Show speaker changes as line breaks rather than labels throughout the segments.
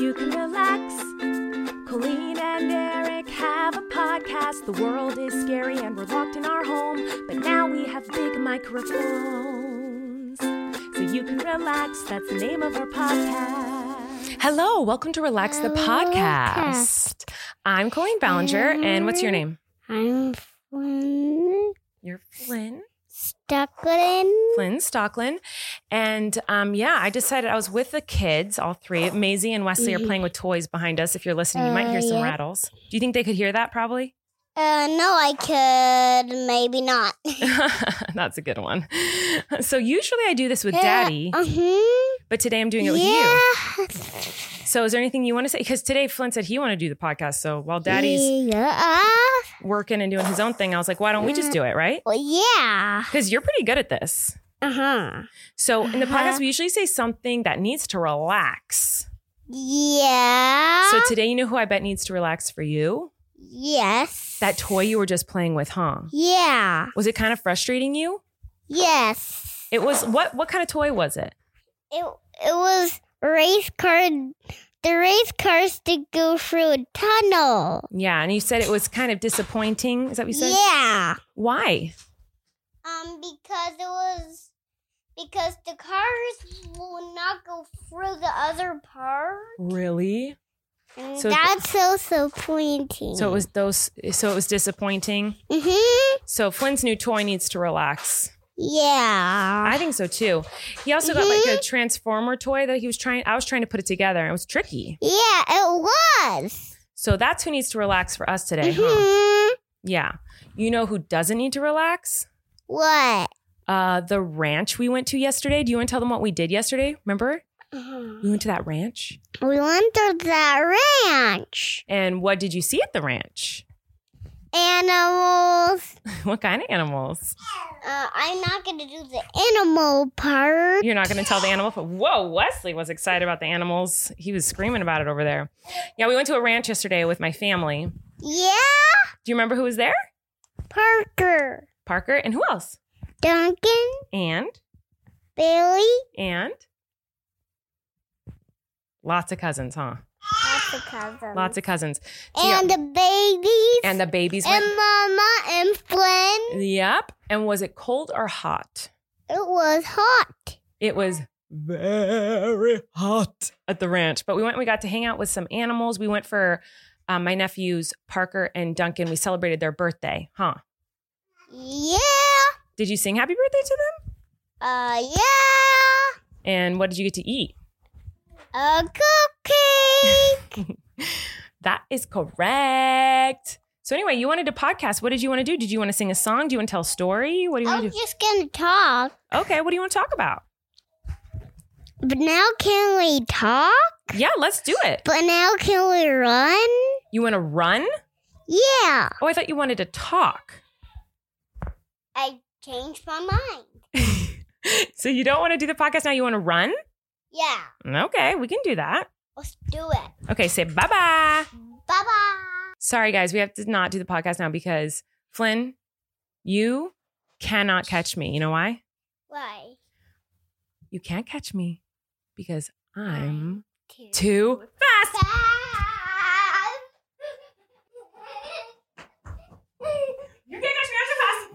you can relax. Colleen and Eric have a podcast. The world is scary and we're locked in our home, but now we have big microphones. So you can relax. That's the name of our podcast.
Hello, welcome to Relax the Podcast. I'm Colleen Ballinger, and what's your name?
I'm from
You're Flynn.
Stockland.
Flynn Stockland. And um, yeah, I decided I was with the kids, all three. Maisie and Wesley are playing with toys behind us. If you're listening, you might hear some
Uh, yeah.
rattles. Do you think they could hear that probably?
Uh, no, I could. Maybe not.
That's a good one. So usually I do this with daddy,
Uh huh.
but today I'm doing it with you.
yeah.
So is there anything you want to say? Because today Flynn said he wanted to do the podcast. So while daddy's
Yeah.
working and doing his own thing, I was like, why don't we just do it, right?
Well, yeah.
Because you're pretty good at this.
Uh huh.
So in the
Uh-huh.
podcast, we usually say something that needs to relax.
Yeah.
So today, you know who I bet needs to relax for you?
yes.
That toy you were just playing with, huh?
Yeah.
Was it kind of frustrating you?
Yes.
It was what what kind of toy was it?
It it was race car. The race cars to go through a tunnel.
Yeah, and you said it was kind of disappointing. Is that what you said?
Yeah.
Why?
Um, because it was because the cars will not go through the other part.
Really?
And
So-
that's so so pointing.
So it was those so it was disappointing.
Mhm.
So Flynn's new toy needs to relax.
Yeah.
I think so too. He also got like a transformer toy that he was trying I was trying to put it together and it was tricky.
yeah, it was.
So that's who needs to relax for us today, huh?
Mhm.
Yeah. You know who doesn't need to relax?
What?
uh, the ranch we went to yesterday. Do you want to tell them what we did yesterday? Remember? We went to that ranch.
We went to the ranch.
And what did you see at the ranch?
Animals.
what kind of animals?
Uh, I'm not gonna do the animal part.
You're not going to tell the animal. Whoa, Wesley was excited about the animals. He was screaming about it over there. Yeah, we went to a ranch yesterday with my family. Do
Yeah,
you remember who was there?
Parker,
Parker and who else?
Duncan,
And,
Billy,
and lots of cousins, huh?
lots of cousins.
Lots of cousins. So yeah,
and the babies
and the babies
and
went.
mama and Flynn.
Yep. And was it cold or hot?
It was hot.
It was very hot at the ranch, but we went. We got to hang out with some animals. We went for um, my nephews Parker and Duncan. We celebrated their birthday, huh?
Yeah.
Did you sing happy birthday to them?
Uh yeah.
And what did you get to eat?
A cupcake.
That is correct. So anyway, you wanted to podcast. What did you want to do? Did you want to sing a song? Do you want to tell a story? What do you want to
I'm
do?
just gonna talk.
Okay, what do you want to talk about?
But now can we talk?
Yeah, let's do it.
But now can we run?
You want to run?
Yeah.
Oh, I thought you wanted to talk.
I changed my mind.
So you don't want to do the podcast now? You want to run?
Yeah.
Okay, we can do that.
Let's do it.
Okay, say bye bye.
Bye bye.
Sorry, guys, we have to not do the podcast now because Flynn, you cannot catch me. You know why?
Why?
You can't catch me because I'm
Two.
too fast. You can't catch me. I'm too fast.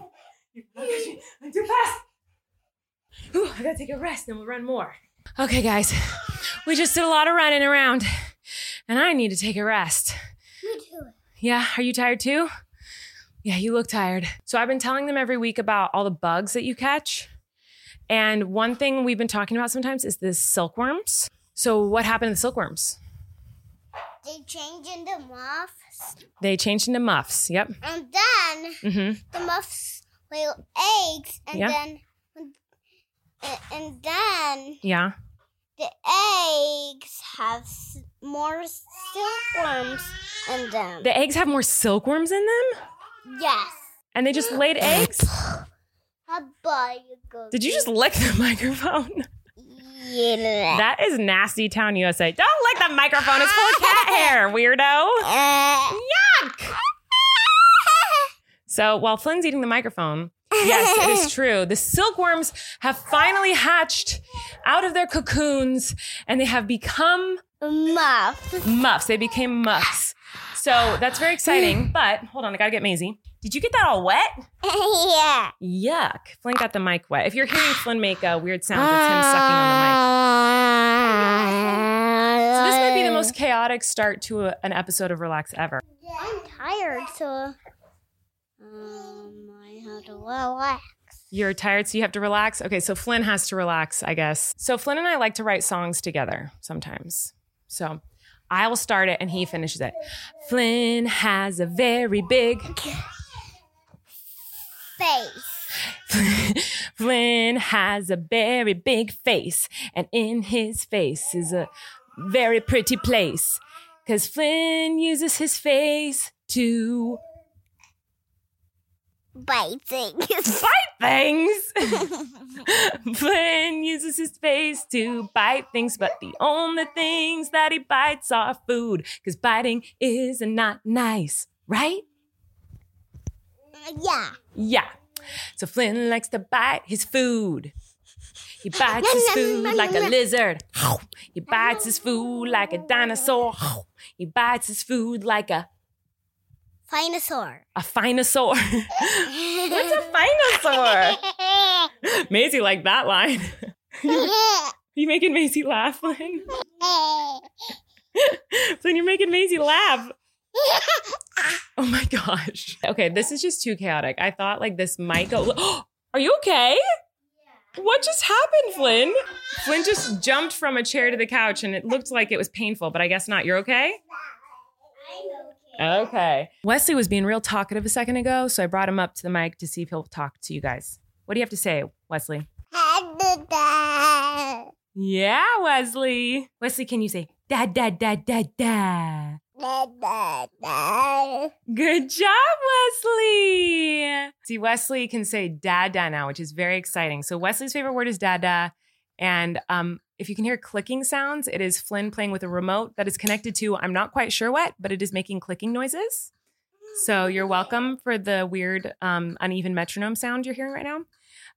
You can't catch me. I'm too fast. Ooh, I gotta take a rest, then we'll run more. Okay, guys, we just did a lot of running around, and I need to take a rest.
You do it.
Yeah, are you tired too? Yeah, you look tired. So I've been telling them every week about all the bugs that you catch. And one thing we've been talking about sometimes is the silkworms. So what happened to the silkworms?
They change into muffs,
They changed into muffs. Yep.
and then
hmm
the muffs lay eggs, and
Yeah.
then and, and then
Yeah.
the eggs have s- more silkworms in them.
The eggs have more silkworms in them,
yes.
and they just laid eggs.
How about you go?
Did you just lick the microphone?
Yeah.
That is nasty town USA. Don't lick the microphone. It's full of cat hair, weirdo.
Uh,
Yuck. So while Flynn's eating the microphone, yes, it is true. The silkworms have finally hatched out of their cocoons and they have become
Muff.
Muffs. They became muffs. So that's very exciting. But hold on, I gotta get Maisie. Did you get that all wet?
yeah.
Yuck. Flynn got the mic wet. If you're hearing Flynn make a weird sound, it's him sucking on the mic. So this might be the
Uh.
most chaotic start to a, an episode of Relax ever.
I'm tired, so um, I have to relax.
You're tired, so you have to relax. Okay, so Flynn has to relax, I guess. So Flynn and I like to write songs together sometimes. So I will start it and he finishes it. Flynn has a very big.
Face.
Flynn has a very big face, and in his face is a very pretty place. Because Flynn uses his face to
Biting.
bite things. Flynn uses his face to bite things, but the only things that he bites are food, because biting is not nice, right?
yeah.
Yeah. So Flynn likes to bite his food. He bites his food like a lizard. He bites his food like a dinosaur. He bites his food like a,
Dinosaur.
a phinosaur. What's a phinosaur? Maisie liked that line. you making Maisie laugh, Flynn? Flynn, you're making Maisie laugh. Oh my gosh. Okay, this is just too chaotic. I thought like this might go. Are you okay? What just happened, Flynn? Flynn just jumped from a chair to the couch and it looked like it was painful, but I guess not. You're okay? Okay. Wesley was being real talkative a second ago, so I brought him up to the mic to see if he'll talk to you guys. What do you have to say, Wesley?
Had to die.
Yeah, Wesley. Wesley, can you say da da da da da?
Da, da, da.
Good job, Wesley. See, Wesley can say dada now, which is very exciting. So Wesley's favorite word is dada. And um, if you can hear clicking sounds, it is Flynn playing with a remote that is connected to, I'm not quite sure what, but it is making clicking noises. So you're welcome for the weird, um, uneven metronome sound you're hearing right now.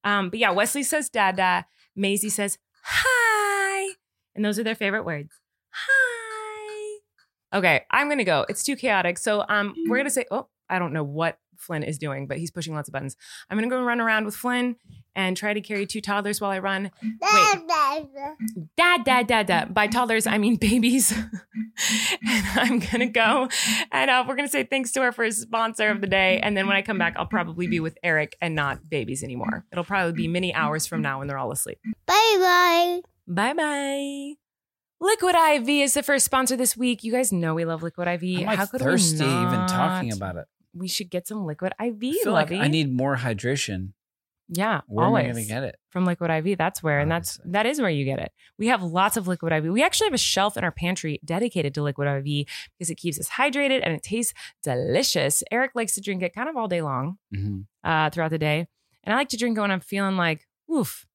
Um, but yeah, Wesley says dada. Maisie says hi. And those are their favorite words. Hi. Okay, I'm gonna go. It's too chaotic. So um, we're gonna say, oh, I don't know what Flynn is doing, but he's pushing lots of buttons. I'm gonna go run around with Flynn and try to carry two toddlers while I run.
Da, da, da.
Da da da da. By toddlers, I mean babies. and I'm gonna go, and uh, we're gonna say thanks to our first sponsor of the day. And then when I come back, I'll probably be with Eric and not babies anymore. It'll probably be many hours from now when they're all asleep.
Bye bye.
Bye bye. Liquid IV is the first sponsor this week. You guys know we love Liquid IV.
I'm like
How could
thirsty
we not?
even talking about it.
We should get some Liquid IV,
I feel like
lovey.
I need more hydration.
yeah,
Where
always
am I going to get it?
from Liquid IV. That's where, and that's
Obviously.
that is where you get it. We have lots of Liquid IV. We actually have a shelf in our pantry dedicated to Liquid IV because it keeps us hydrated and it tastes delicious. Eric likes to drink it kind of all day long
Mhm.
uh, throughout the day, and I like to drink it when I'm feeling like, oof,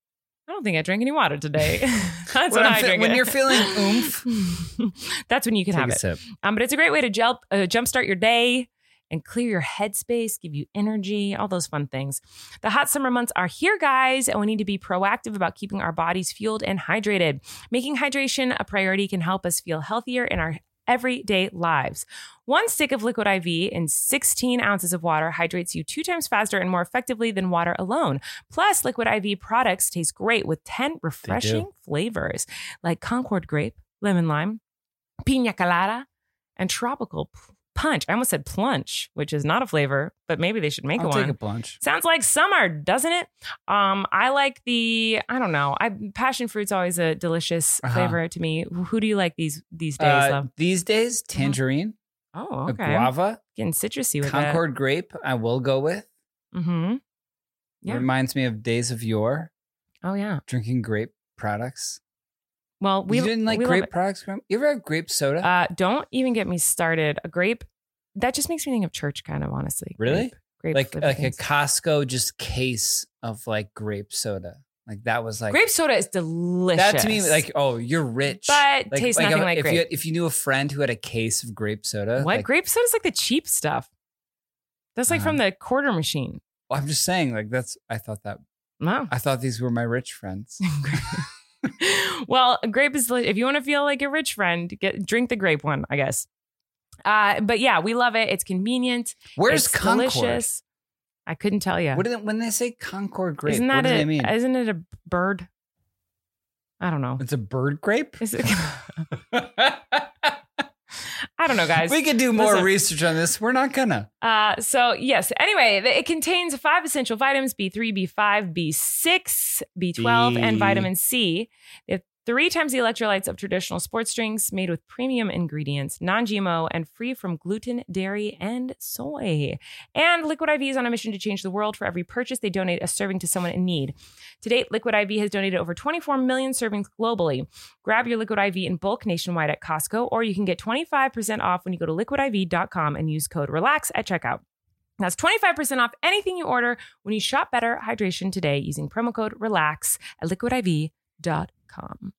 I don't think I drank any water today. that's when,
When I'm
I
fe-
drink
when
it.
you're feeling oomph.
that's when you can
Take
have
a
it.
sip.
Um, but it's a great way to jump, uh, jumpstart your day and clear your headspace, give you energy, all those fun things. The hot summer months are here, guys, and we need to be proactive about keeping our bodies fueled and hydrated. Making hydration a priority can help us feel healthier in our everyday lives. One stick of liquid IV in 16 ounces of water hydrates you two times faster and more effectively than water alone. Plus, liquid IV products taste great with 10 refreshing flavors like Concord grape, lemon lime, pina colada, and tropical p- punch. I almost said plunge, which is not a flavor, but maybe they should make
I'll
one.
take a bunch.
Sounds like summer, doesn't it? Um, I like the I don't know. I passion fruit's always a delicious
Uh-huh.
flavor to me. Who do you like these these days,
Uh,
love?
these days, tangerine,
Oh,
a
okay.
guava,
Getting citrusy with
Concord grape, I will go with.
it. Mm-hmm. Yeah.
Reminds me of days of yore,
Oh yeah.
drinking grape products.
Well, we
you didn't like
we love
grape
it.
products? Graham? You ever had grape soda?
Uh, don't even get me started. A grape that just makes me think of church, kind of honestly.
Really?
Grape, grape
like
flavored
like
things.
a Costco just case of like grape soda. Like that was like
grape soda is delicious.
That to me like oh you're rich.
but
like,
tastes
like
nothing
if,
like
if
grape.
you if you knew a friend who had a case of grape soda.
what
like-
grape soda's like the cheap stuff. That's like
Uh-huh.
from the quarter machine.
I'm just saying like that's I thought that
Wow.
I thought these were my rich friends.
well, grape is deli- if you want to feel like a rich friend, get drink the grape one, I guess. Uh, but yeah, we love it. It's convenient.
Where's
it's
Concord?
delicious. I couldn't tell you.
What do they, when they say Concord grape?
Isn't
what
that
do
a,
they mean?
Isn't it a bird? I don't know.
it's a bird grape.
Is it, I don't know, guys.
we could do more
listen.
research on this. We're not gonna.
Uh, so yes. Anyway, th- it contains five essential vitamins: B three, B five, B six, B twelve, and
B-
vitamin C. They have three times the electrolytes of traditional sports drinks, made with premium ingredients, non-GMO, and free from gluten, dairy, and soy. And Liquid IV is on a mission to change the world. For every purchase, they donate a serving to someone in need. To date, Liquid IV has donated over 24 million servings globally. Grab your Liquid IV in bulk nationwide at Costco, or you can get 25% off when you go to liquidiv.com and use code RELAX at checkout. That's 25% off anything you order when you shop Better Hydration today using promo code RELAX at liquidiv.com.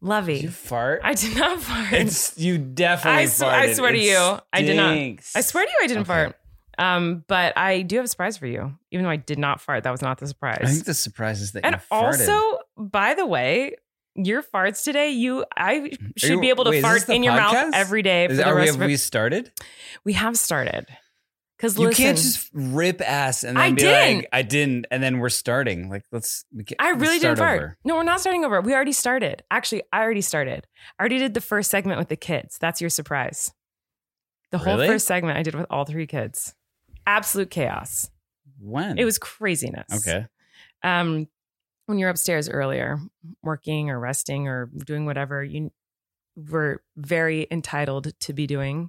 you
Lovey.
fart?
I did not fart.
it's you definitely.
I sw- I
farted.
swear to
It
you, I did not.
stinks.
I swear to you, I didn't
Okay.
fart. Um, but I do have a surprise for you. Even though I did not fart, that was not the surprise.
I think the surprise is that
and
you farted.
also, by the way, your farts today, you I should
Mm, you-
be able to
wait, is this
fart
the
in your
podcast?
mouth every day for
Is-
the
are we,
rest
have
of
we started?
We have started. Because
You
listen,
can't just rip ass and then
I
be
didn't.
like, I didn't, and then we're starting. Like, let's. We can,
I really
let's
didn't
start
fart.
over.
No, we're not starting over. We already started. Actually, I already started. I already did the first segment with the kids. That's your surprise. The whole
Really?
first segment I did with all three kids. Absolute chaos.
When
It was craziness.
Hmm. okay.
um, when you're upstairs earlier, working or resting or doing whatever you were very entitled to be doing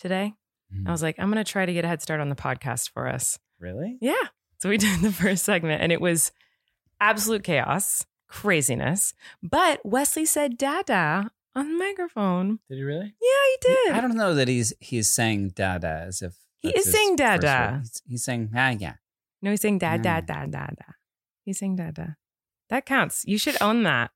today, I
Hmm.
was like, I'm going to try to get a head start on the podcast for us.
really?
Yeah. So we did the first segment and it was absolute chaos, craziness. But Wesley said dada on the microphone.
Did he really?
Yeah, he did.
I don't know that he's he's saying dada as if
He
that's
is
his
saying
first
dada.
word. He's, he's saying ah yeah.
No, he's saying da da
Yeah.
da da da. He's saying da da. That counts. You should own that.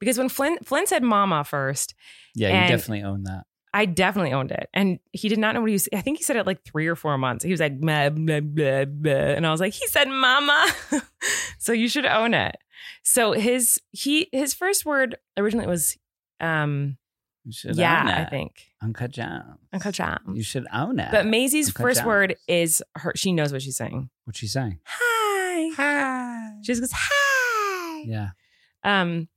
Because when Flynn Flynn said mama first,
Yeah,
And-
you definitely own that.
I definitely owned it. And he did not know what he was. I think he said it like three or four months. He was like, blah, blah, blah, blah. and I was like, he said mama. so you should own it. So his he his first word originally was um
You should
yeah,
own
I
that.
think.
Uncut John.
Uncle John.
You should own it.
But Maisie's
Uncle
first
John.
word is her she knows what she's saying.
What's she saying?
Hi.
Hi.
She just goes, hi.
Yeah.
Um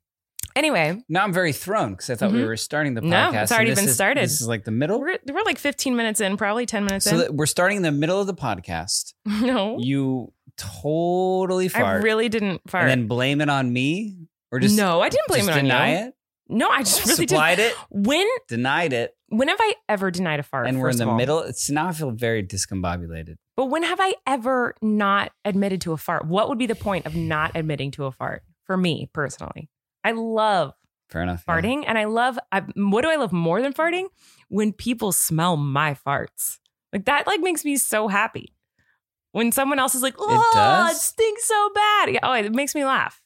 anyway,
Now I'm very thrown because I thought we
Mhm.
were starting the podcast.
No, it's
and
already
this
been
is-
started.
This is like the middle.
we're we're like 15 minutes in, probably 10 minutes
So
in.
that we're starting in the middle of the podcast.
no.
You totally fart.
I really didn't fart.
And then blame it on me, or just
no, I didn't blame
just
it on
deny
you.
it.
No, I just really did.
Supplied it,
When
denied it,
when have I ever denied a fart?
and we're in
first
the
of all?
middle. It's now I feel very discombobulated.
But when have I ever not admitted to a fart? What would be the point of not admitting to a fart for me personally? I love
Fair enough. yeah.
farting, and I love. I, what do I love more than farting? When people smell my farts, like that, like makes me so happy. When someone else is like, "Oh, it,
does?
stinks so bad," Yeah, oh, it makes me laugh.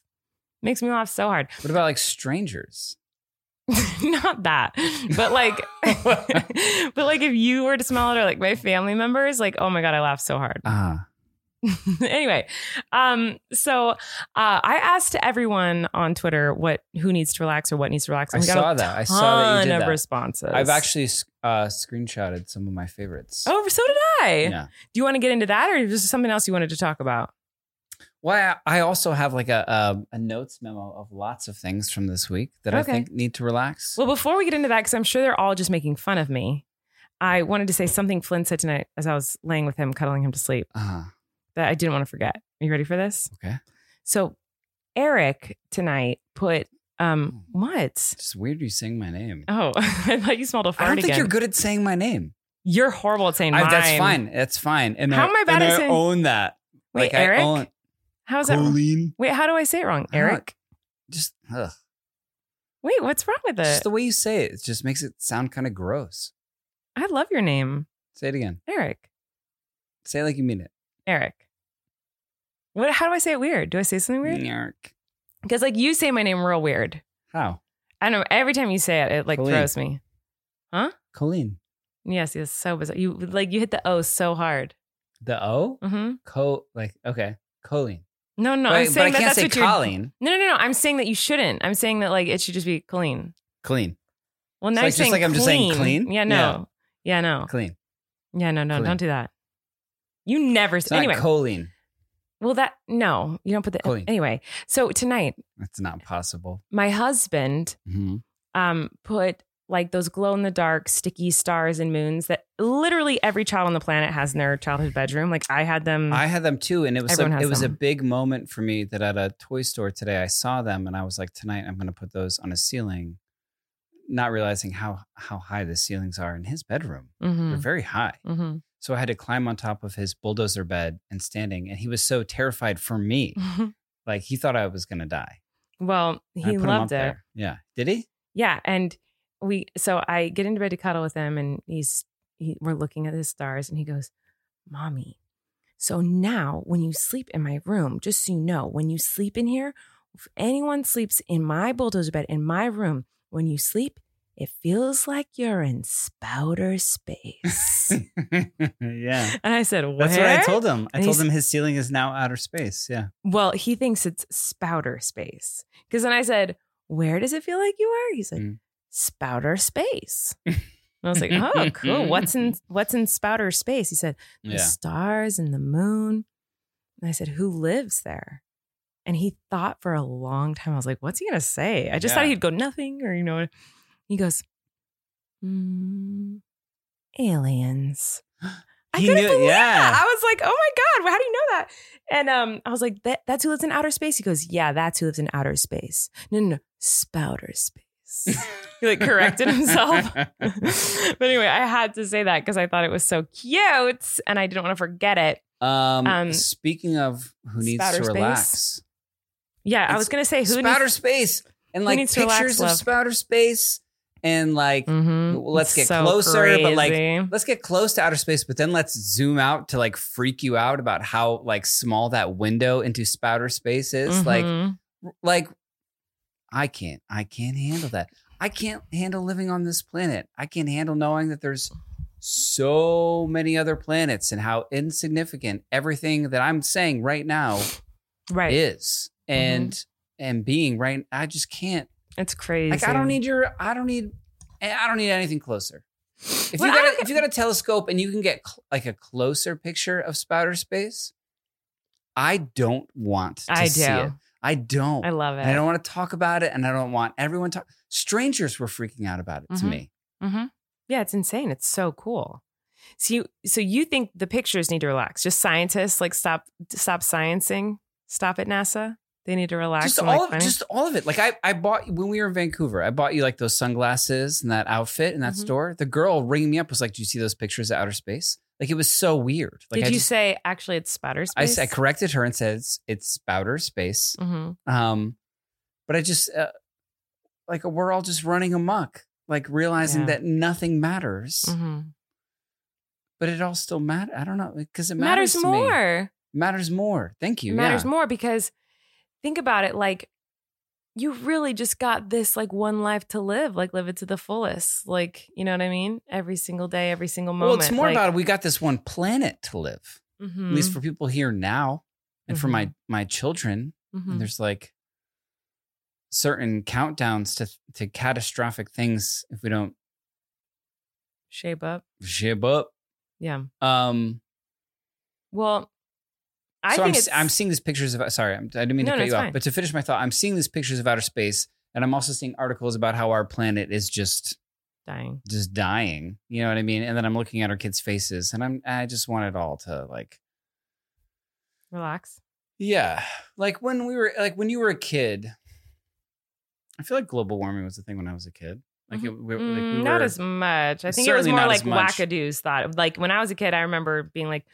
Makes me laugh so hard.
What about like strangers?
not that but like
Ah,
but like if you were to smell it or like my family members like oh my god i laugh so hard
Ah,
anyway um so uh i asked everyone on twitter what who needs to relax or what needs to relax
I
and we got a
saw that. I saw that you
ton
did
of
that.
responses
I've actually uh, screenshotted some of my favorites.
oh so did i
yeah.
do you want to get into that or is there something else you wanted to talk about
Well, I I also have like a, a a notes memo of lots of things from this week that
Okay.
I think need to relax.
well before we get into that because i'm sure they're all just making fun of me i wanted to say something flynn said tonight as i was laying with him cuddling him to sleep
uh,
that I didn't want to forget. Are you ready for this?
Okay.
So Eric tonight put um
Hmm.
what?
it's just weird you saying my name.
Oh, I thought you smelled a fart
I don't think
again.
you're good at saying my name.
You're horrible at saying
I-
mine.
that's fine. That's fine. And
How
I,
am I bad
and
at saying-
own that.
Wait,
like
Eric.
I own
How's that? wrong?
Colleen.
Wait, how do I say it wrong?
I don't-
Eric.
Just ugh.
Wait, what's wrong with it?
Just the way you say it, it just makes it sound kind of gross.
I love your name,
Say it again.
Eric.
Say it like you mean it.
Eric. What? How do I say it weird? Do I say something weird?
Nyark.
Because like you say my name real weird.
How?
I don't know. Every time you say it, it like
Colleen.
throws me.
Colleen.
Yes, yes, so bizarre. You like you hit the O so hard.
The O?
Mm-hmm.
Co like okay. Colleen.
No, no,
but,
I'm
but
saying
I
that
can't
that's
say
what you're.
Colleen.
No, no, no, no. I'm saying that you shouldn't. I'm saying that like it should just be clean.
Clean.
Well,
It's
now
like-
you're
just
saying
like I'm just saying clean?
Yeah, no. Yeah, no.
Clean.
Yeah, no, no.
Clean.
Don't do that. You never.
It's not
anyway,
choline.
well, that no, you don't put the
Clean.
anyway. So tonight,
That's not possible.
my husband
hmm
um put like those glow in the dark sticky stars and moons that literally every child on the planet has in their childhood bedroom. Like I had them.
I had them too, and it was
Everyone
like,
has
it was a
them.
big moment for me that at a toy store today I saw them, and I was like, tonight I'm going to put those on a ceiling, not realizing how how high the ceilings are in his bedroom.
hmm
They're very high, so I had to climb on top of his bulldozer bed and standing, and he was so terrified for me, like he thought I was going to die.
Mm-hmm. well,
And I
he
put him
loved it.
up there. Yeah, did he?
Yeah, and we so I get into bed to cuddle with him, and he's he, we're looking at the stars, and he goes, "Mommy, so now when you sleep in my room, just so you know, when you sleep in here, if anyone sleeps in my bulldozer bed in my room, when you sleep, it feels like you're in spouter space."
yeah.
and I said, "Where?"
That's what I told him. I
And
told
he's-
him his ceiling is now outer space. Yeah.
Well, he thinks it's spouter space. Because then I said, Where does it feel like you are? He's like,
Mm.
Spouter space. and I was like, Oh, cool. What's in what's in spouter space? He said, The
Yeah.
stars and the moon. And I said, Who lives there? And he thought for a long time. I was like, What's he gonna say? I just thought
Yeah.
he'd go nothing or you know. He goes, "Mm, aliens. I
He
couldn't
knew-
believe
yeah.
that. I was like, oh my God, how do you know that? And um, I was like, that, that's who lives in outer space? He goes, yeah, that's who lives in outer space. No, no, no, spouter space. he like corrected himself. but anyway, I had to say that because I thought it was so cute and I didn't want to forget it.
Um,
Um,
speaking of who needs
spouter
to
space?
relax,
Yeah, I
It's
was going to say who
spouter space and
who
like
needs
pictures
to relax,
of
love?
spouter space and like
Mm-hmm.
Well, let's get closer, but, like, let's get close to outer space, but then let's zoom out to like freak you out about how like small that window into spouter space is.
Mm-hmm.
Like, like I can't, I can't handle that. I can't handle living on this planet. I can't handle knowing that there's so many other planets and how insignificant everything that I'm saying right now
right, Mm-hmm.
is and and being right i just can't
it's crazy.
like i don't need your i don't need eh, i don't need anything closer if
Well,
you
I
got
don't-
a, if you got a telescope and you can get cl- like a closer picture of spouter space i don't want to
I
see it
do.
i don't
I love it.
And i don't want to talk about it and i don't want everyone talk strangers were freaking out about it to
Mhm.
me
Mm-hmm. Yeah, it's insane. It's so cool. So you, so you think the pictures need to relax? Just scientists, like stop, stop sciencing. Stop it, NASA. They need to relax.
just
and,
all
like,
of,
find-
just all of it like I, I bought when we were in vancouver i bought you like those sunglasses and that outfit in that
Mhm.
store the girl ringing me up was like do you see those pictures of outer space like it was so weird like
Did
I
you
just,
say actually it's spatter
I,
space?
s- I corrected her and said it's, it's spouter space
hmm
um but i just uh, like we're all just running amok like realizing
Yeah.
that nothing matters
hmm
but it all still matters i don't know because it matters,
Matters,
to me.
more.
matters more thank you
Matters
yeah.
more because think about it. Like you really just got this like one life to live. Like live it to the fullest. Like you know what I mean? Every single day, every single moment.
well it's more
like-
about we got this one planet to live
Mhm.
at least for people here now and
Mm-hmm.
for my my children
Mhm.
and there's like certain countdowns to to catastrophic things if we don't
shape up.
jib up
Yeah.
um
Well, I
so
think
I'm,
it's,
I'm seeing these pictures of sorry I'm, i didn't mean
No, no,
to cut
it's
you off
fine.
but to finish my thought i'm seeing these pictures of outer space and i'm also seeing articles about how our planet is just
dying.
just dying you know what i mean and then i'm looking at our kids faces and i'm i just want it all to like
Relax.
Yeah. Like when we were like when you were a kid, I feel like global warming was a thing when I was a kid. Like, it, we, like we
Mm,
were,
not as much. I think it was
Certainly
more
not
like
as much.
wackadoos thought. Like when I was a kid, I remember being like,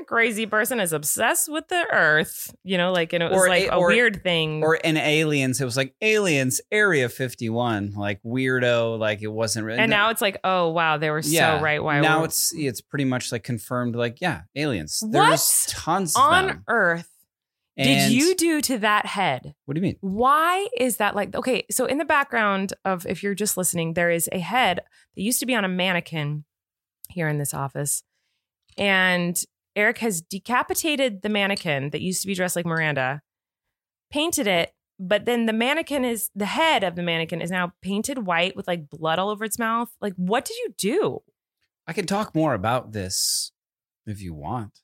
that crazy person is obsessed with the earth, you know, like, and it was
Or
like
a-
a,
or-
weird thing.
or in aliens, it was like aliens, Area 51, like weirdo, like it wasn't really
and now it's like, oh, wow, they were so right. Why
now
we're-
it's it's pretty much like confirmed, like, yeah, aliens.
What
There's tons
on
of them.
earth
And-
did you do to that head?
what do you mean?
Why is that like okay? So in the background of if you're just listening, there is a head that used to be on a mannequin here in this office, and Eric has decapitated the mannequin that used to be dressed like Miranda painted it, but then the mannequin is the head of the mannequin is now painted white with like blood all over its mouth. Like, what did you do?
I can talk more about this if you want.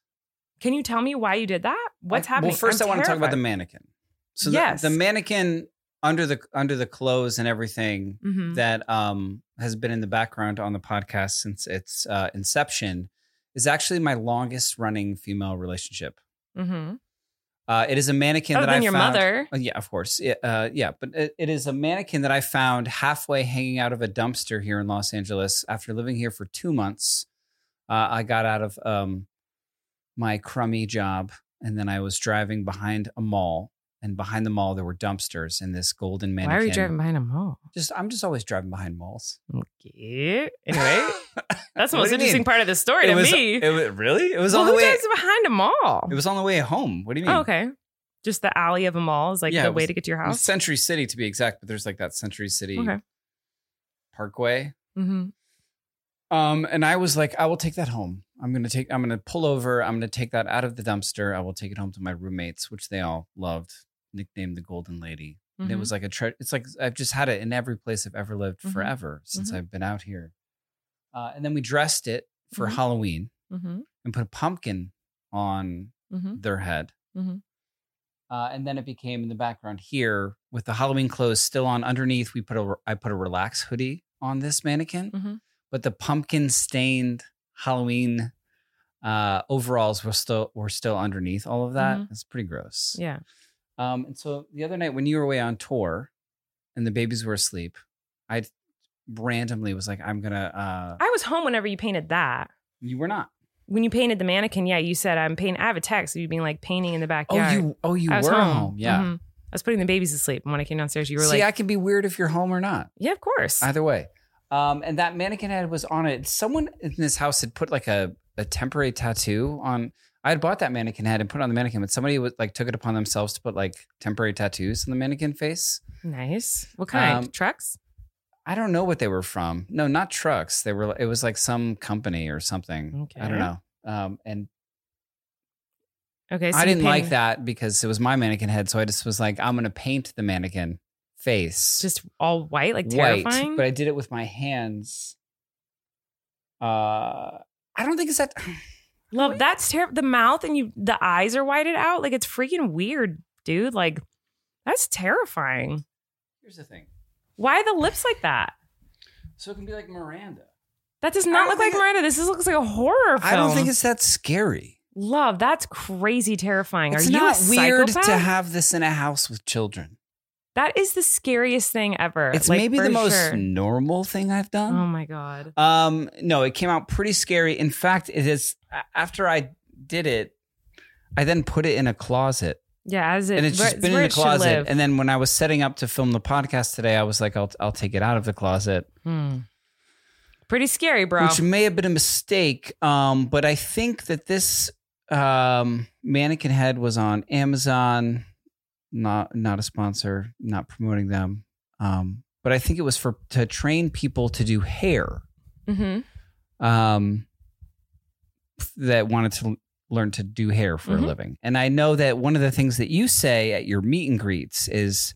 Can you tell me why you did that? What's
Like,
happening?
Well, 1st
I'm
I want to talk about the
terrified.
mannequin. So
Yes.
the, the mannequin under the under the clothes and everything
Mhm.
that um has been in the background on the podcast since its uh, inception is actually my longest running female relationship.
Mhm.
Uh, it is a mannequin
Other
that
than
I
Oh, your
found-
mother.
Uh, yeah, of course. Yeah, uh, yeah, but it, it is a mannequin that I found halfway hanging out of a dumpster here in Los Angeles. After living here for two months, uh, I got out of um, my crummy job, and then I was driving behind a mall. And behind the mall, there were dumpsters and this golden mannequin.
Why are you driving behind a mall?
Just, I'm just always driving behind malls.
Okay. Anyway, that's the most
What do you mean?
interesting part of the story
it
to
was,
me.
It was really. It was
well,
on the
who
way.
drives behind a mall?
It was on the way home. What do you mean?
oh, okay. Just the alley of a mall is like
Yeah,
the
it
way
was-
to get to your
It was
house.
Century City to be exact, but there's like that Century City
Okay.
Parkway.
Mm-hmm.
Um, and I was like, I will take that home. I'm gonna take. I'm gonna pull over. I'm gonna take that out of the dumpster. I will take it home to my roommates, which they all loved, nicknamed the Golden Lady. And it
Mm-hmm.
was like a. Tre- it's like I've just had it in every place I've ever lived
Mhm.
forever since
Mhm.
I've been out here. Uh, and then we dressed it for
Mhm.
Halloween
Mm-hmm.
and put a pumpkin on
Mm-hmm.
their head.
Mhm.
Uh, and then it became in the background here with the Halloween clothes still on underneath. We put a I put a relax hoodie on this mannequin,
Mhm.
but the pumpkin stained Halloween uh, overalls were still were still underneath all of that. It's pretty gross.
Mm-hmm. Yeah.
Um, and so the other night when you were away on tour, and the babies were asleep, I randomly was like, "I'm gonna." Uh,
I was home whenever you painted that.
you were not.
When you painted the mannequin, yeah, you said I'm painting. I have a text of you being like painting in the
Oh,
backyard.
you. Oh, you
I
were
was
home. Yeah.
Mhm. I was putting the babies to sleep. And when I came downstairs, you were
See,
like,
I can be weird if you're home or not.
yeah, of course.
Either way. Um, and that mannequin head was on it. Someone in this house had put like a, a temporary tattoo on. I had bought that mannequin head and put it on the mannequin, but somebody was, like took it upon themselves to put like temporary tattoos on the mannequin face.
nice. What kind?
Um,
Trucks?
I don't know what they were from. No, not trucks. They were. It was like some company or something. I
Okay.
don't know. Um, and
Okay. So
I
you
didn't like
painted
that because it was my mannequin head. So I just was like, I'm gonna paint the mannequin face.
Just all white, like terrifying.
but I did it with my hands. Uh, I don't think it's that.
Love that's terrible. The mouth and you, the eyes are whited out. Like it's freaking weird, dude. Like that's terrifying.
Here's the thing.
Why the lips like that?
So it can be like Miranda.
That does
I don't
not look like
think it-
Miranda. This is, looks like a horror film.
I don't think it's that scary.
Love, that's crazy terrifying.
It's
are you
not
a
weird
psychopath?
to have this in a house with children.
that is the scariest thing ever.
It's
Like,
maybe the
for
most
sure.
normal thing I've
Oh
done.
my god.
Um, no, it came out pretty scary. In fact, it is a- after I did it, I then put it in a closet.
Yeah, as it
and it's
where-
just been in
where
the
it should
closet.
live.
And then when I was setting up to film the podcast today, I was like, I'll I'll take it out of the closet.
Hmm. Pretty scary, bro.
which may have been a mistake. Um, but I think that this um, mannequin head was on Amazon, not not a sponsor, not promoting them. Um, but I think it was for to train people to do hair
mm-hmm.
um, that wanted to l- learn to do hair for a
Mhm.
living. And I know that one of the things that you say at your meet and greets is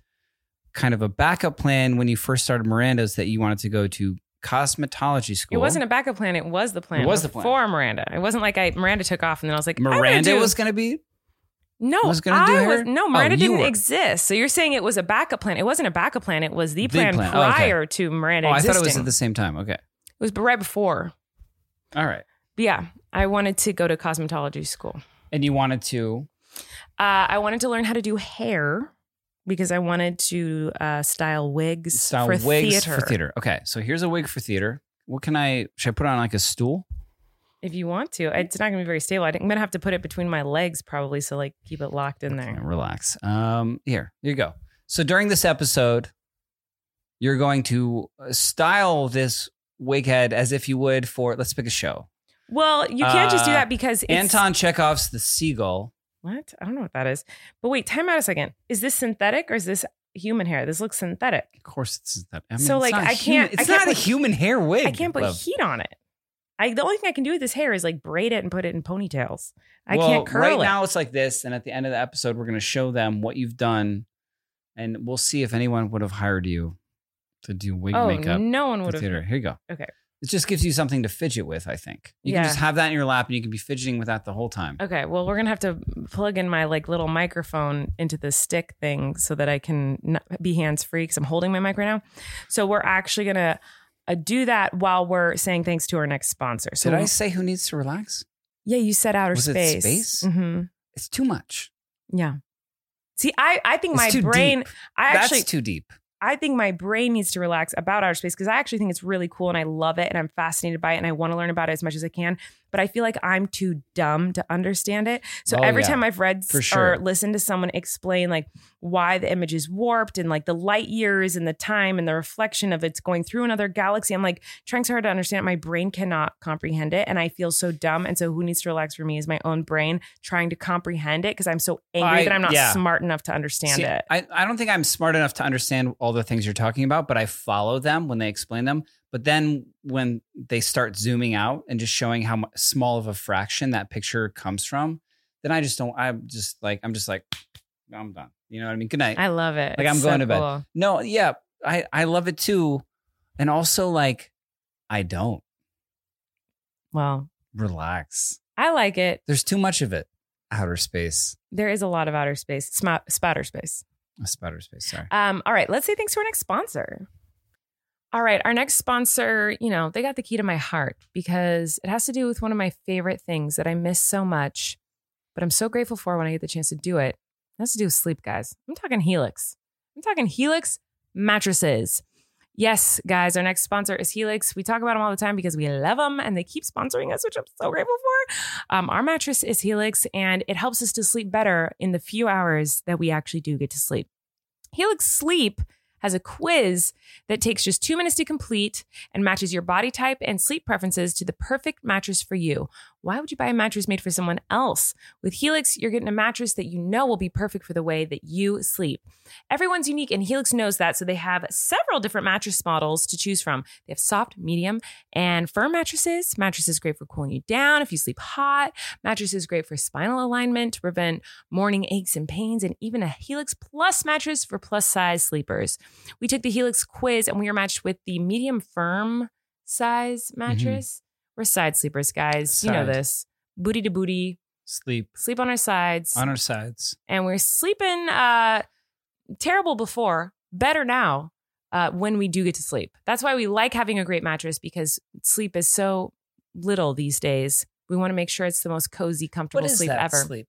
kind of a backup plan when you first started Miranda's that you wanted to go to cosmetology school.
It wasn't a backup plan. It was the plan.
It was the plan.
for Miranda. It wasn't like I Miranda took off and then I was like, I'm gonna
Miranda
do-
was going to be.
no,
was gonna
I
do
was-
her?
no
Oh,
Miranda
you
didn't
were.
exist. So you're saying it was a backup plan. It wasn't a backup plan. It was the,
The
plan,
plan. Oh, okay.
prior to Miranda
Oh, I
existing.
thought it was at the same time. Okay.
It was b- right before.
All right.
But yeah, I wanted to go to cosmetology school.
And you wanted to.
Uh, I wanted to learn how to do hair because I wanted to uh, style wigs
Style
for
wigs
theater.
for theater. Okay. So here's a wig for theater. What can I? Should I put on like a stool?
If you want to, it's not going to be very stable. I think I'm going to have to put it between my legs probably, so like keep it locked in
Okay,
there.
relax. Um, here, here you go. So during this episode, you're going to uh, style this wig head as if you would for. Let's pick a show.
Well, you can't just do
Uh,
that because it's,
Anton Chekhov's The Seagull.
What? I don't know what that is. But wait, time out a second. Is this synthetic or is this human hair? This looks synthetic.
Of course, it's that. I mean,
So,
it's
like,
not
I
human-
can't-
It's
I can't
not
put-
a human hair wig.
I can't put
love.
heat on it. I the only thing I can do with this hair is like braid it and put it in ponytails. I
Well,
can't curl
right
it.
now it's like this, and at the end of the episode, we're going to show them what you've done, and we'll see if anyone would have hired you to do wig
oh,
makeup.
no one
for
would have.
theater. Here you go.
Okay.
It just gives you something to fidget with. I think you
Yeah.
can just have that in your lap, and you can be fidgeting with that the whole time.
Okay, well, we're gonna have to plug in my like little microphone into the stick thing so that I can not be hands free because I'm holding my mic right now. So we're actually gonna uh, do that while we're saying thanks to our next sponsor. So
Did I say who needs to relax?
yeah, you said outer
Was it
space.
space?
hmm
It's too much.
Yeah. See, I I think
It's
my
too
brain.
deep.
I
That's
actually
too deep.
I think my brain needs to relax about outer space because I actually think it's really cool and I love it and I'm fascinated by it and I want to learn about it as much as I can. But I feel like I'm too dumb to understand it. So
Oh,
every
yeah.
time I've read s-
For sure.
or listened to someone explain like why the image is warped and like the light years and the time and the reflection of it's going through another galaxy, I'm like trying so hard to understand it. My brain cannot comprehend it and I feel so dumb. And so who needs to relax for me is my own brain trying to comprehend it because I'm so angry
I-
that I'm not
yeah.
smart enough to understand
See,
it.
I, I don't think I'm smart enough to understand all the things you're talking about, but I follow them when they explain them. But then when they start zooming out and just showing how mu- small of a fraction that picture comes from, then I just don't, I'm just like, I'm just like, I'm done. You know what I mean? Good night.
I love it.
Like,
It's
I'm
so
going to bed.
cool.
no, yeah, I, I love it too. And also, like, I don't
Well,
relax.
I like it.
There's too much of it. Outer space,
There is a lot of outer space, sma- spatter space.
a spider space, sorry.
Um, all right, let's say thanks to our next sponsor. All right, our next sponsor, you know, they got the key to my heart because it has to do with one of my favorite things that I miss so much, but I'm so grateful for when I get the chance to do it. It has to do with sleep, guys. I'm talking Helix. I'm talking Helix mattresses. Yes, guys, our next sponsor is Helix. We talk about them all the time because we love them and they keep sponsoring us, which I'm so grateful for. Um, our mattress is Helix and it helps us to sleep better in the few hours that we actually do get to sleep. Helix Sleep has a quiz that takes just two minutes to complete and matches your body type and sleep preferences to the perfect mattress for you. Why would you buy a mattress made for someone else? With Helix, you're getting a mattress that you know will be perfect for the way that you sleep. Everyone's unique, and Helix knows that, so they have several different mattress models to choose from. They have soft, medium, and firm mattresses. Mattresses great for cooling you down if you sleep hot. Mattresses great for spinal alignment to prevent morning aches and pains, and even a Helix Plus mattress for plus size sleepers. We took the Helix quiz, and we were matched with the medium firm size mattress. We're side sleepers, guys. You know
Side.
this. Booty to booty,
Sleep
sleep on our sides
on our sides.
and we're sleeping uh terrible before better now uh when we do get to sleep that's why we like having a great mattress because sleep is so little these days we want to make sure it's the most cozy comfortable sleep ever
sleep?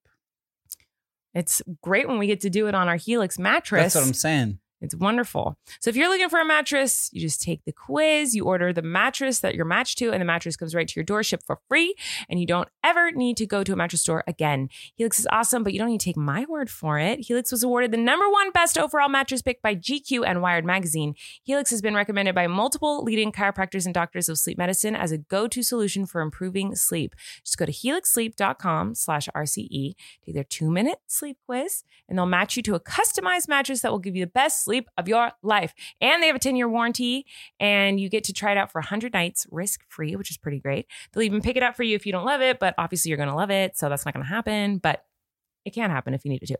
it's great when we get to do it on our helix mattress
That's what I'm saying.
it's wonderful. So if you're looking for a mattress, you just take the quiz, you order the mattress that you're matched to, and the mattress comes right to your door, shipped for free, and you don't ever need to go to a mattress store again. Helix is awesome, but you don't need to take my word for it. Helix was awarded the number one best overall mattress pick by GQ and Wired magazine. Helix has been recommended by multiple leading chiropractors and doctors of sleep medicine as a go-to solution for improving sleep. Just go to helixsleep.com slash RCE, take their two-minute sleep quiz, and they'll match you to a customized mattress that will give you the best sleep of your life. And they have a 10 year warranty, and you get to try it out for 100 nights risk free, which is pretty great. They'll even pick it up for you if you don't love it, but obviously you're going to love it. So that's not going to happen, but it can happen if you need it to.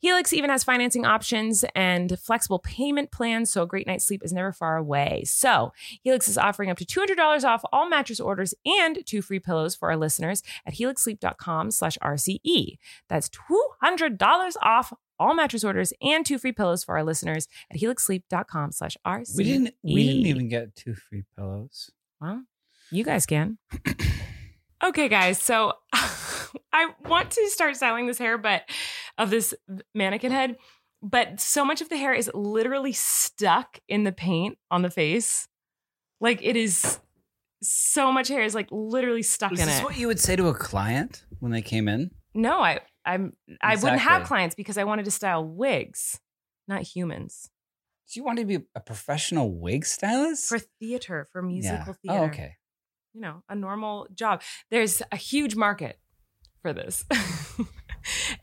Helix even has financing options and flexible payment plans, so a great night's sleep is never far away. So Helix is offering up to $200 off all mattress orders and two free pillows for our listeners at helixsleep.com slash RCE. That's $200 off all mattress orders and two free pillows for our listeners at helixsleep.com slash E. RC.
We didn't. We didn't even get two free pillows.
Well, you guys can. okay, guys. So I want to start styling this hair, but of this mannequin head, but so much of the hair is literally stuck in the paint on the face. Like it is so much hair is like literally stuck
Is
in
this
it.
what you would say to a client when they came in?
No, I I'm I wouldn't have
Exactly.
clients because I wanted to style wigs, not humans.
Do you want to be a professional wig stylist?
For theater, for musical
Yeah.
theater.
Oh, okay.
You know, a normal job. There's a huge market for this.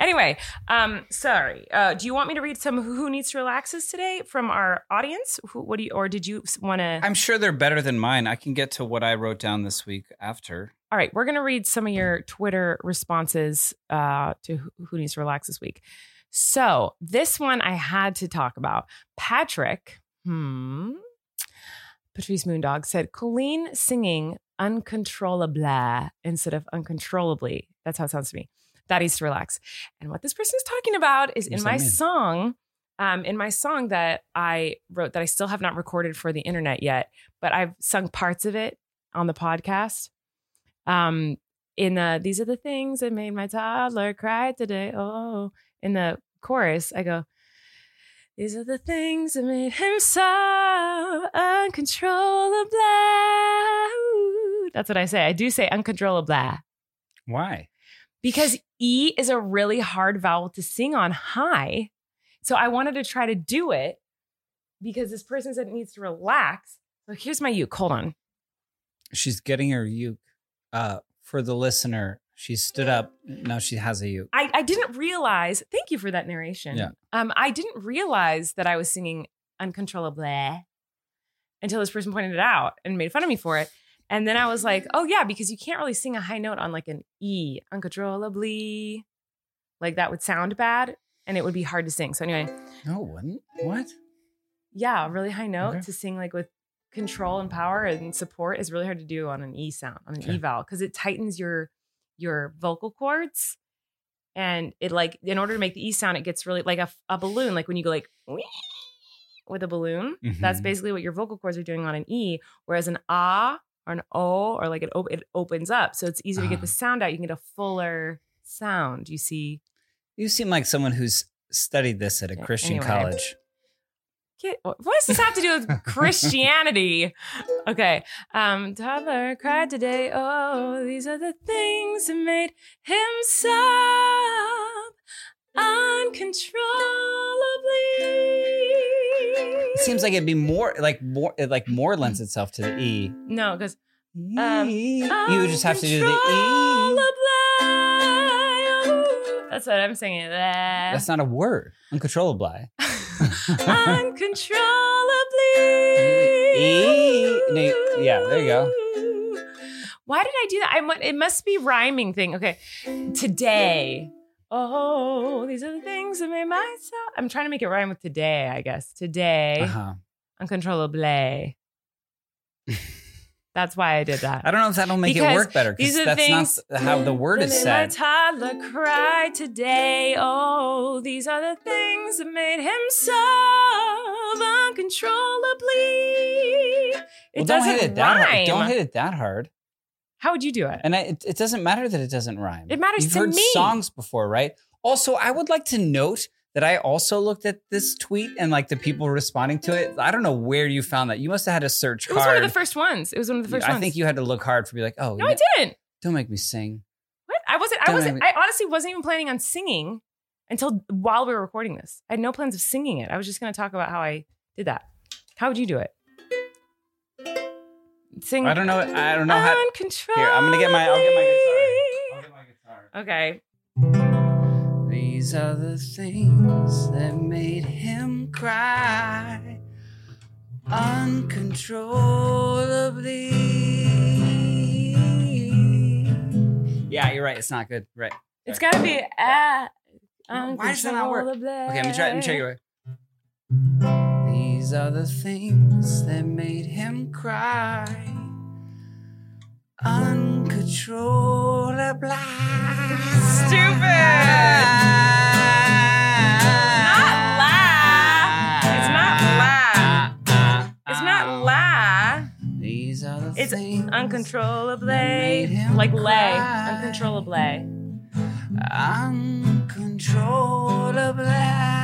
Anyway, um, sorry. Uh, do you want me to read some who needs to relaxes today from our audience? Who, what do you, or did you want to?
I'm sure they're better than mine. I can get to what I wrote down this week after.
All right, we're going to read some of your Twitter responses uh, to Who- Who Needs to Relax this week. So, this one I had to talk about. Patrick, hmm, Patrice Moondog said, Colleen singing uncontrollable instead of uncontrollably. That's how it sounds to me. That needs to relax. And what this person is talking about is
What does
in my
that mean?
song, um, in my song that I wrote that I still have not recorded for the internet yet, but I've sung parts of it on the podcast. Um, in the these are the things that made my toddler cry today. Oh, in the chorus, I go, these are the things that made him sob uncontrollable. That's what I say. I do say uncontrollable
Why?
because E is a really hard vowel to sing on high. So I wanted to try to do it because this person said it needs to relax. So here's my uke. Hold on.
She's getting her uke. Uh, for the listener, she stood up. Now she has a uke.
I, I didn't realize. Thank you for that narration.
Yeah.
Um, I didn't realize that I was singing uncontrollable until this person pointed it out and made fun of me for it. And then I was like, oh yeah, because you can't really sing a high note on like an E uncontrollably. Like that would sound bad and it would be hard to sing. So anyway,
No one. What?
yeah, a really high note
Okay.
to sing like with control and power and support is really hard to do on an E sound, on an
Okay.
E vowel, because it tightens your your vocal cords. And it like in order to make the E sound, it gets really like a, a balloon, like when you go like "Wee" with a balloon. That's
Mhm.
basically what your vocal cords are doing on an E, whereas an ah or an o or like it op- it opens up, so it's easier to get the
Ah.
sound out. You can get a fuller sound. You see,
You seem like someone who's studied this at a
Okay,
Christian
anyway.
college.
Get, what what does this have to do with Christianity? Okay. Um, toddler cried today. Oh, these are the things that made him sob uncontrollably.
It seems like it'd be more like more it like more lends itself to the E.
no, because Um,
Um, you would just have to do the E.
Uncontrollably. That's what I'm singing.
That's not a word. Uncontrollable.
uncontrollably.
E- no, you- yeah, there you go.
Why did I do that? I mu- it must be rhyming thing. Okay, today. Oh, these are the things that made myself. I'm trying to make it rhyme with today, I guess. Today,
Uh-huh.
uncontrollably. That's why I did that.
I don't know if that'll make
Because
it work better
these
because
are
that's
things
not how the word
that
is
made
said.
My toddler cried today. Oh, these are the things that made him sob uncontrollably.
Well,
It
don't
doesn't
hit it that
rhyme.
hard. Don't hit it that hard.
How would you do it?
And I, it, it doesn't matter that it doesn't rhyme.
It matters
You've
to
heard
me.
songs before, right? Also, I would like to note that I also looked at this tweet and like the people responding to it. I don't know where you found that. You must have had a search
It was one
hard.
of the first ones. It was one of the first
I
ones.
think you had to look hard for be like, oh,
No,
you
I
know-
didn't.
don't make me sing.
What? I wasn't. I
Don't
wasn't.
make
I honestly wasn't even planning on singing until while we were recording this. I had no plans of singing it. I was just going to talk about how I did that. How would you do it? Sing.
I don't know. I don't know
Um,
how.
Uncontrollably.
Here, I'm gonna get my- I'll get my
Okay.
These are the things that made him cry uncontrollably. Yeah, you're right. It's not good. Right.
It's gotta be uh,
Why does that not work?
uncontrollably.
Okay, let me try. Let me try your way. These are the things that made him cry uncontrollably.
Stupid. Not la. It's not la. It's not la.
These are the
It's
things
Uncontrollably.
made him
Like lay.
cry.
Uncontrollably.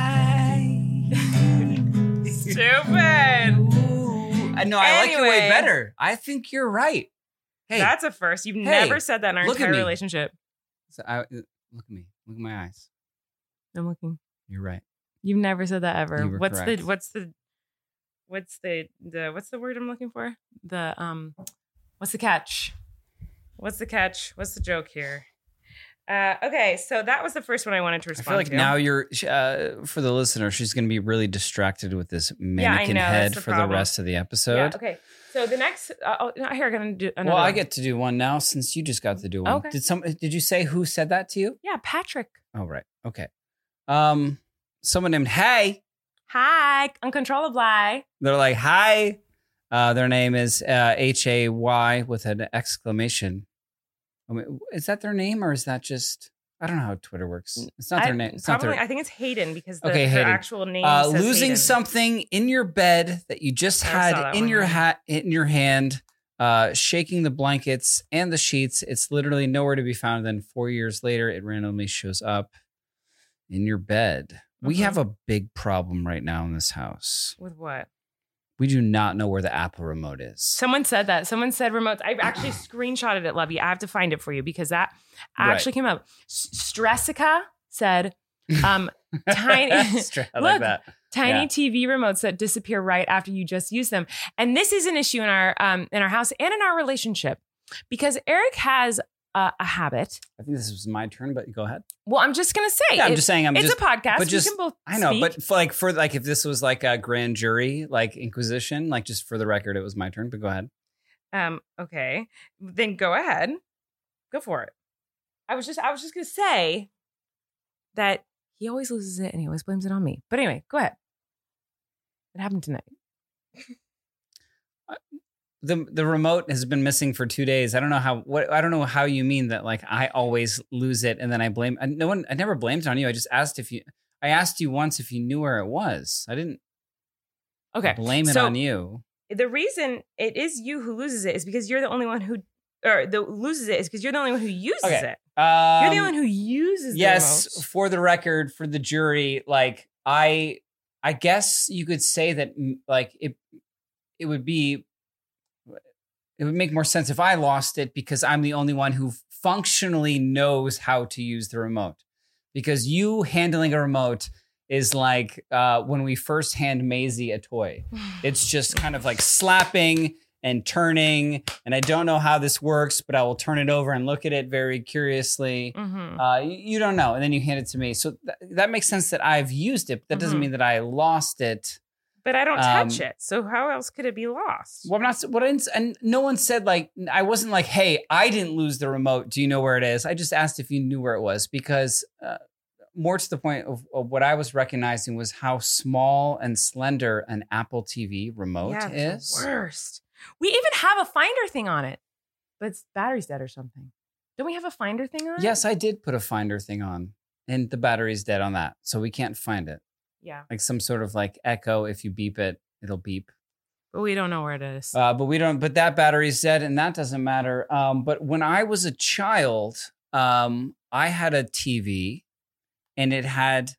uncontrollably.
Stupid.
Ooh. I- No, I like your way
Anyway.
better. I think you're right. Hey,
That's a first. You've
Hey,
never said that in our
look at
entire
me.
relationship.
so I- uh, look at me. Look at my eyes.
I'm looking.
You're right.
You've never said that ever.
You were
what's
correct.
the what's the what's the the what's the word I'm looking for? The um what's the catch? What's the catch? What's the joke here? Uh, okay, so that was the first one I wanted to
I
respond
feel like
to.
now you're uh, for the listener. She's going to be really distracted with this
I
mannequin
know, that's
head
the
for
problem.
the rest of the
yeah,
episode.
okay. So the next, uh, oh, no, here I'm gonna do another.
well, I
one.
get to do one now since you just got to do one.
Okay.
Did some? Did you say who said that to you?
Yeah, Patrick.
Oh right. Okay. Um, someone named Hey.
Hi, uncontrollable. Hi.
They're like Hi. Uh, their name is uh, H A Y with an exclamation. I mean, is that their name or is that just? I don't know how Twitter works. It's not their
I-
name. It's not
Probably,
their.
I think it's Hayden because the,
Okay,
her
Hayden.
actual name.
uh,
says
losing
Hayden.
something in your bed that you just
I saw
had
that
in
one,
your
yeah.
hat in your hand uh, shaking the blankets and the sheets it's literally nowhere to be found then four years later it randomly shows up in your bed we
Mhm.
have a big problem right now in this house
with what?
we do not know where the apple remote is
Someone said that. Someone said remotes. I actually screenshotted it, Lovey. I have to find it for you because that actually came up. S- Stressica said, um, tiny-
I like
Look,
that.
tiny
Yeah.
TV remotes that disappear right after you just use them. And this is an issue in our um, in our house and in our relationship because Eric has uh, a habit.
I think this was my turn, but go ahead.
Well, I'm just gonna say
Yeah, I'm
it-
just saying. I'm
it's
just.
a podcast.
but just-
we can both.
I know,
speak.
but for like for like, if this was like a grand jury, like inquisition, like just for the record, it was my turn. But go ahead.
Um, okay. Then go ahead. Go for it. I was just I was just gonna say that he always loses it and he always blames it on me. But anyway, go ahead. It happened tonight.
the the remote has been missing for two days. I don't know how what I don't know how you mean that like I always lose it and then I blame I, no one. I never blamed it on you. I just asked if you. I asked you once if you knew where it was. I didn't
Okay.
blame it
so
on you.
The reason it is you who loses it is because you're the only one who or the loses it is because you're the only one who uses
Okay.
it.
Um,
You're the one who uses the
yes
remote.
for the record for the jury like i i guess you could say that mm, like it it would be it would make more sense if i lost it because i'm the only one who functionally knows how to use the remote because you handling a remote is like uh, when we first hand Maisie a toy. It's just kind of like slapping and turning, and I don't know how this works, but I will turn it over and look at it very curiously.
Mhm.
Uh, you you don't know. And then you hand it to me. So th- that makes sense that I've used it, but that doesn't
Mhm.
mean that I lost it.
But I don't touch
um,
it. So how else could it be lost?
Well, I'm not, what I didn't, and no one said, like, I wasn't like, hey, I didn't lose the remote. Do you know where it is? I just asked if you knew where it was because uh, more to the point of, of what I was recognizing was how small and slender an Apple TV remote
yeah, it's
Oh, is.
the worst. We even have a finder thing on it, but its battery's dead or something. Don't we have a finder thing on? it?
Yes, I did put a finder thing on, and the battery's dead on that. So we can't find it.
Yeah,
Like some sort of like echo. If you beep it, it'll beep.
but we don't know where it is.
Uh, but we don't. But that battery's dead, and that doesn't matter. Um, but when I was a child, um, I had a TV, and it had,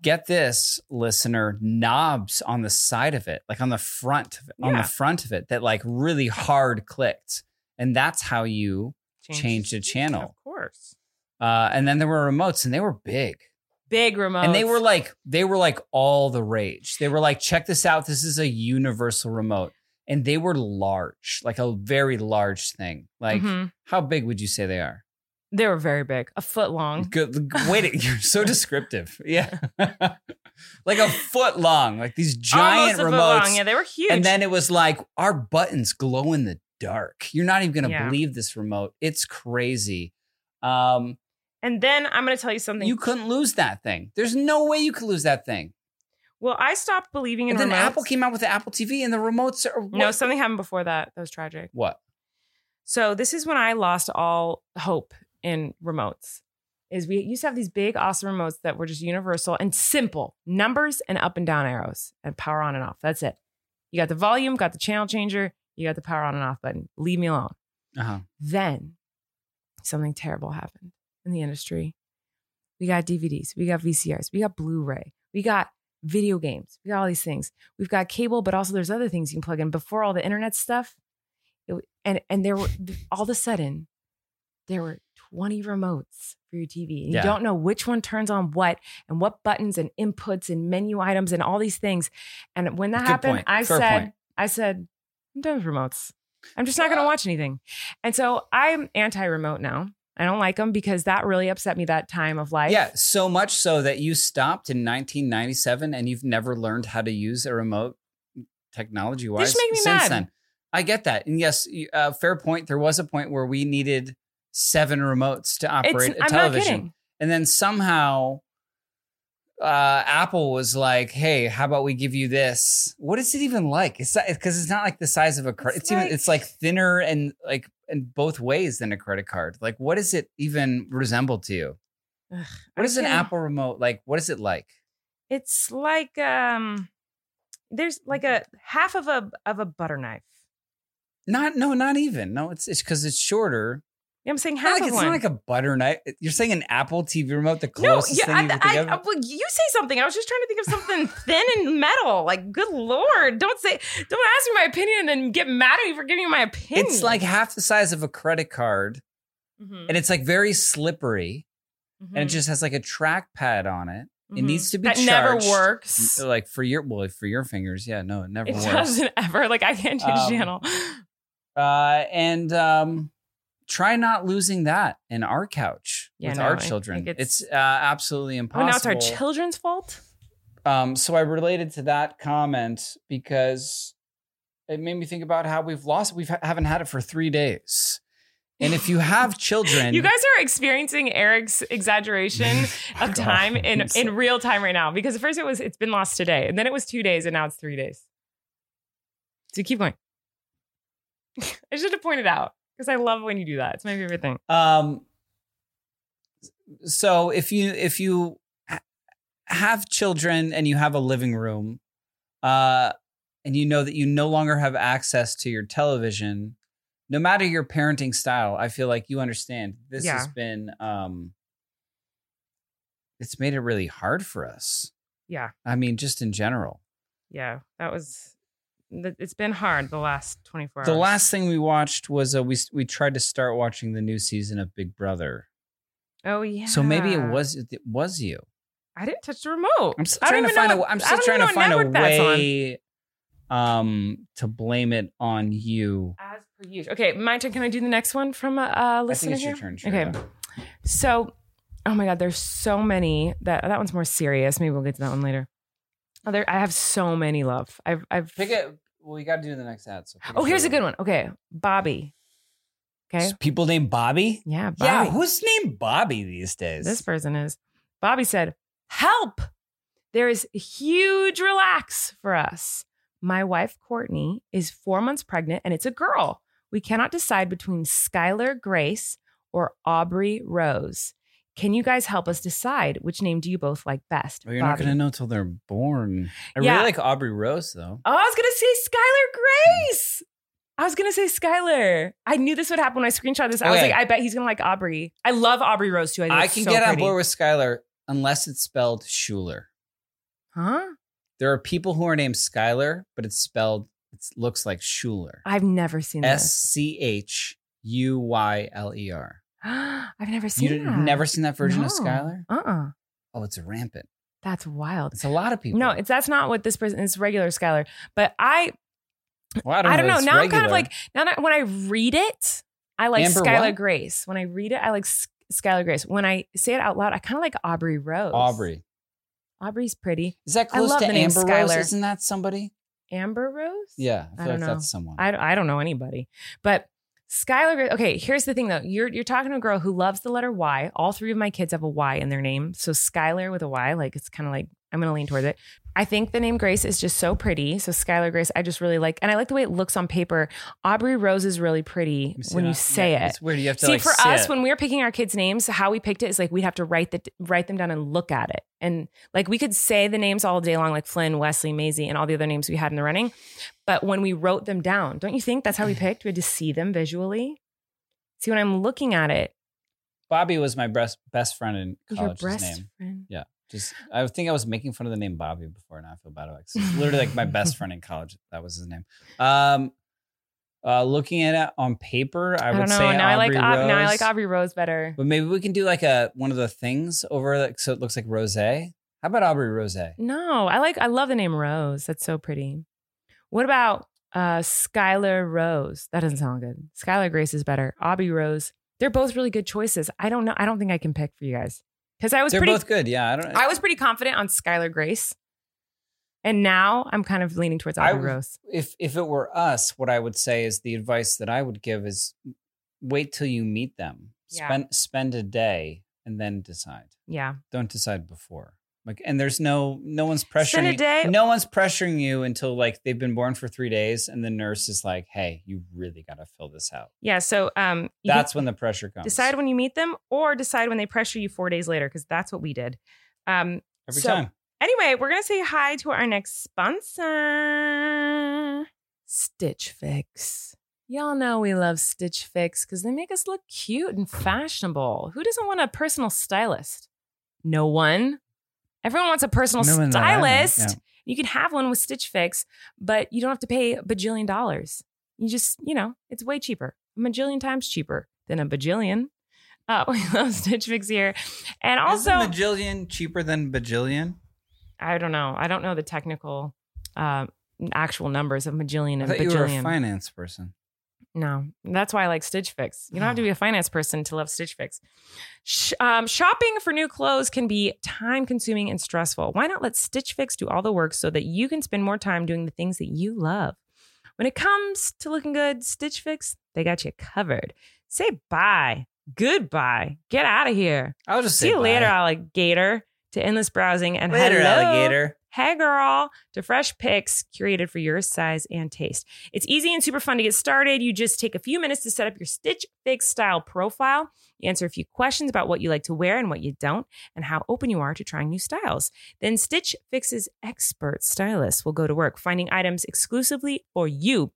get this, listener, knobs on the side of it, like on the front, of it, on
Yeah.
the front of it, that like really hard clicked, and that's how you. change the channel.
Of course.
Uh, and then there were remotes, and they were big,
Big remote.
and they were like they were like all the rage. They were like, check this out, this is a universal remote. And they were large, like a very large thing. Like,
Mhm.
how big would you say they are?
they were very big, a foot long.
Good. Wait, you're so descriptive. Yeah, like a foot long, like these giant
Almost a foot
remotes.
long. Yeah, they were huge.
and then it was like our buttons glow in the dark. You're not even gonna
Yeah.
believe this remote. It's crazy. Um,
and then I'm going to tell you something.
you couldn't lose that thing. There's no way you could lose that thing.
well, I stopped believing in
And then
remotes.
Apple came out with the Apple TV, and the remotes are what?
No, something happened before that. That was tragic.
what?
So this is when I lost all hope in remotes. Is we used to have these big awesome remotes that were just universal and simple numbers and up and down arrows and power on and off. That's it. You got the volume, got the channel changer, you got the power on and off button. Leave me alone.
Uh-huh.
Then something terrible happened in the industry. We got DVDs, we got VCRs, we got Blu-ray, we got video games, we got all these things. We've got cable, but also there's other things you can plug in before all the internet stuff. It, and and there were all of a sudden there were 20 remotes for your TV. And
Yeah.
You don't know which one turns on what and what buttons and inputs and menu items and all these things. And when that
Good
happened,
point.
I
Fair
said,
point.
I said, I'm done with remotes. I'm just not going to watch anything. And so I'm anti remote now. I don't like them because that really upset me that time of life.
Yeah, so much so that you stopped in 1997 and you've never learned how to use a remote technology wise
make me
since
mad.
then. I get that. And yes, you- uh, fair point. There was a point where we needed seven remotes to
It's,
operate a
I'm not
television.
kidding.
And then somehow uh, Apple was like, hey, how about we give you this? What is it even like? It's because it's not like the size of a credit.
It's
It's,
like-
even it's like thinner and like in both ways than a credit card. Like, what does it even resemble to you?
Ugh,
what is an
can't-
Apple remote like? What is it like?
It's like um, there's like a half of a of a butter knife.
Not no, not even. No, it's it's because it's shorter.
You know what I'm saying
Not
half
like-
of
it's
one.
not like a butter knife. You're saying an Apple TV remote, the
no,
closest
yeah,
thing
I,
you could
I,
think
I-
of.
well, you say something. I was just trying to think of something thin and metal. Like, good lord, don't say, don't ask me my opinion and then get mad at me for giving you my opinion.
It's like half the size of a credit card,
Mhm,
and it's like very slippery, and
mhm,
it just has like a trackpad on it. It
mhm.
needs to be
that
charged.
never works.
Like for your well, for your fingers, yeah, no, it never
It
works.
doesn't ever. Like, I can't change
Um,
channel.
Uh, and um, try not losing that in our couch
Yeah,
with
no, I
our
think
children.
it's-
It's, uh, absolutely
Oh,
impossible.
now it's our children's fault.
Um, so I related to that comment because it made me think about how we've lost. We haven't had it for three days, and if you have children,
You guys are experiencing Eric's exaggeration of
God,
time in
I'm so-
in real time right now because at first it was it's been lost today, and then it was two days, and now it's three days. So keep going. I should have pointed out because I love when you do that. It's my favorite thing.
Um, so if you if you ha- have children and you have a living room, uh, and you know that you no longer have access to your television, no matter your parenting style, I feel like you understand this
Yeah.
has been um, it's made it really hard for us.
Yeah,
I mean, just in general.
yeah, that was. th- It's been hard the last twenty four hours.
The last thing we watched was uh, we we tried to start watching the new season of Big Brother.
Oh yeah.
So maybe it was it was you.
I didn't touch the remote.
I'm still
I
trying
don't
to
even know
find a.
what-
I'm
I
still
don't
trying
even
to
know what
find a
network that's on.
way, um, to blame it on you.
As per usual. Okay, my turn. Can I do the next one from a uh,
I think
listener
it's your
here?
turn.
Okay.
Shreya.
So, oh my God, there's so many that that one's more serious. Maybe we'll get to that one later. Other, I have so many love. I've, I've.
Pick it. Well, you got to do the next ad. So pick
oh, here's a
favorite.
good one. Okay, Bobby. Okay,
S- People named Bobby.
yeah,
Yeah,
Bobby.
who's named Bobby these days?
this person is. Bobby said, "Help! There is a huge relax for us. My wife Courtney is four months pregnant, and it's a girl. We cannot decide between Skylar Grace or Aubrey Rose." Can you guys help us decide which name do you both like best?
Oh, you're not
Bobby.
gonna know till they're born. I
Yeah.
really like Aubrey Rose though.
Oh, I was gonna say Skylar Grace. I was gonna say Skylar. I knew this would happen when I screenshot this. I was
Okay.
like, I bet he's gonna like Aubrey. I love Aubrey Rose too. I, think
I
it's
can
so
get on
pretty.
board with Skylar unless it's spelled Schuler.
Huh?
There are people who are named Skylar, but it's spelled. It looks like Schuler.
I've never seen
S C H U Y L E R.
this. I've never seen
You've
that.
never seen that version of
No.
Skylar?
Uh. uh
Oh, it's rampant.
That's wild.
It's a lot of people.
No, it's that's not what this person is. Regular Skylar, but I
Well, I
I don't know.
it's
Now I'm kind
regular.
of like now that when I read it, I like
Amber
Skylar
what?
Grace. When I read it, I like S- Skylar Grace. When I say it out loud, I kind of like Aubrey Rose.
Aubrey.
Aubrey's pretty.
Is that
I
close
love
to
the name
Amber
Skylar.
Rose? Isn't that somebody?
Amber Rose. I
Yeah, I feel like
don't know.
that's someone.
I, I don't know anybody, but Skylar. Gra- Okay, here's the thing though. You're you're talking to a girl who loves the letter Y. All three of my kids have a Y in their name, so Skylar with a Y, like it's kind of like I'm gonna lean towards it. I think the name Grace is just so pretty. So Skylar Grace, I just really like, and I like the way it looks on paper. Aubrey Rose is really pretty
Let me see
when
that.
you say
Yeah,
it.
It's weird. You have to
See,
like,
for
say
us,
it.
when we were picking our kids' names, how we picked it is like we'd have to write the write them down and look at it, and like we could say the names all day long, like Flynn, Wesley, Maisie, and all the other names we had in the running. But when we wrote them down, don't you think that's how
Mm-hmm.
we picked? We had to see them visually. See, when I'm looking at it,
Bobby was my best best friend in
your
college. His
breast
name.
friend.
Just I think I was making fun of the name Bobby before, and I feel bad about it. 'cause It's literally like my best friend in college. That was his name. Um, uh, looking at it on paper, I,
I,
would
don't know.
say
Now I like
Aubrey
Au- now I
Rose.
like Aubrey Rose better.
But maybe we can do like a one of the things over like so it looks like rose. How about Aubrey Rose?
No, I like I love the name Rose. That's so pretty. What about uh Skylar Rose? That doesn't sound good. Skylar Grace is better. Aubrey Rose. They're both really good choices. I don't know. I don't think I can pick for you guys because I was
They're
pretty.
both good. Yeah, I don't.
I was pretty confident on Skylar Grace, and now I'm kind of leaning towards
I
Aubrey
was-
Rose.
if if it were us, what I would say is the advice that I would give is wait till you meet them.
Yeah.
Spend spend a day and then decide.
Yeah,
Don't decide before. Like and there's no no one's pressuring
Spend a
you-
day-
no one's pressuring you until like they've been born for 3 days and the nurse is like, "Hey, you really got to fill this out."
yeah. So um, you can
That's when the pressure comes.
decide when you meet them, or decide when they pressure you four days later because that's what we did. Um,
every
so-
time.
Anyway, we're going to say hi to our next sponsor, Stitch Fix. Y'all know we love Stitch Fix because they make us look cute and fashionable. Who doesn't want a personal stylist? No one. Everyone wants a personal
No one that I know,
stylist.
yeah.
You can have one with Stitch Fix, but you don't have to pay a bajillion dollars. You just, you know, it's way cheaper, a bajillion times cheaper than a bajillion. Uh, we love Stitch Fix here. And also,
Isn't bajillion cheaper than bajillion?
I don't know. I don't know the technical um, actual numbers of Magellan
I
and
thought you were a
bajillion.
finance person.
no, that's why I like Stitch Fix. You don't have to be
Ah.
a finance person to love Stitch Fix. Sh- um, shopping for new clothes can be time consuming and stressful. Why not let Stitch Fix do all the work so that you can spend more time doing the things that you love? When it comes to looking good, Stitch Fix, they got you covered. Say bye. Goodbye. Get out of here.
I'll just
See
say
you later,
bye.
alligator. To endless browsing and
Later,
hello.
alligator.
Hey girl, to fresh picks curated for your size and taste. It's easy and super fun to get started. You just take a few minutes to set up your Stitch Fix style profile. You answer a few questions about what you like to wear and what you don't, and how open you are to trying new styles. Then Stitch Fix's expert stylists will go to work finding items exclusively for you.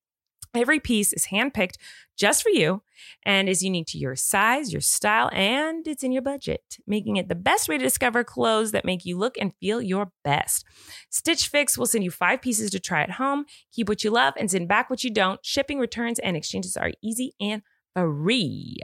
Every piece is handpicked just for you and is unique to your size, your style, and it's in your budget, making it the best way to discover clothes that make you look and feel your best. Stitch Fix will send you five pieces to try at home. Keep what you love and send back what you don't. Shipping, returns, and exchanges are easy and free.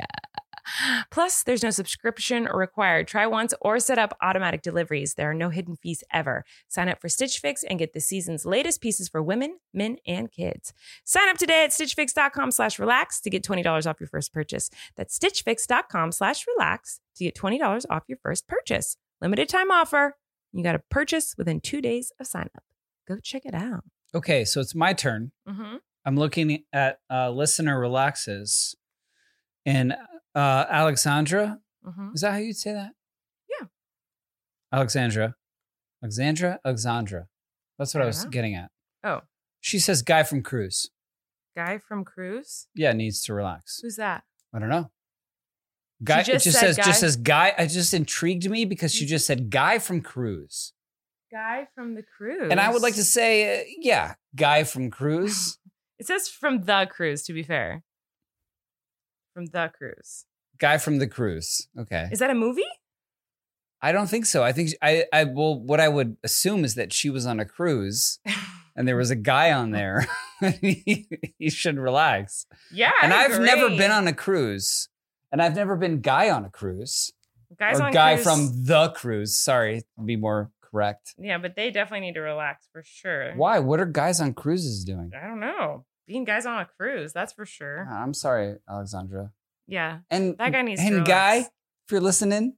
Plus, there's no subscription required. Try once or set up automatic deliveries. There are no hidden fees ever. Sign up for Stitch Fix and get the season's latest pieces for women, men, and kids. Sign up today at stitchfix.com slash relax to get $20 off your first purchase. That's stitchfix.com slash relax to get $20 off your first purchase. Limited time offer. You got to purchase within two days of sign up. Go check it out.
Okay, so it's my turn.
Mm-hmm.
I'm looking at uh, listener relaxes, and uh, Alexandra.
Mm-hmm.
Is that how you'd say that?
Yeah.
Alexandra, Alexandra, Alexandra. That's what I,
I
was
dunno.
getting at.
Uh-huh. Oh.
She says, "Guy from Cruise,
Guy from Cruise.
yeah, needs to relax."
Who's that?
I don't know. Guy.
just
it just
said
says.
guy? Mm.
Just says. Guy. It just intrigued me because she just said, "Guy from Cruise,"
Guy from the Cruise.
and I would like to say, uh, yeah, guy from Cruise.
It says from the Cruise. To be fair, from the Cruise.
Guy from the cruise. Okay.
Is that a movie?
I don't think so. I think I, I well, what I would assume is that she was on a cruise and there was a guy on there. he, he should relax.
yeah.
and
I
I've never
agree.
been on a cruise, and I've never been guy on a cruise
Guys
or
on
guy
Cruise-
from the cruise. Sorry, to be more correct.
Yeah, but they definitely need to relax for sure.
Why? What are guys on cruises doing?
I don't know. Being guys on a cruise, that's for sure.
I'm sorry, Alexandra.
Yeah.
And
That guy needs to
and
relax.
guy, if you're listening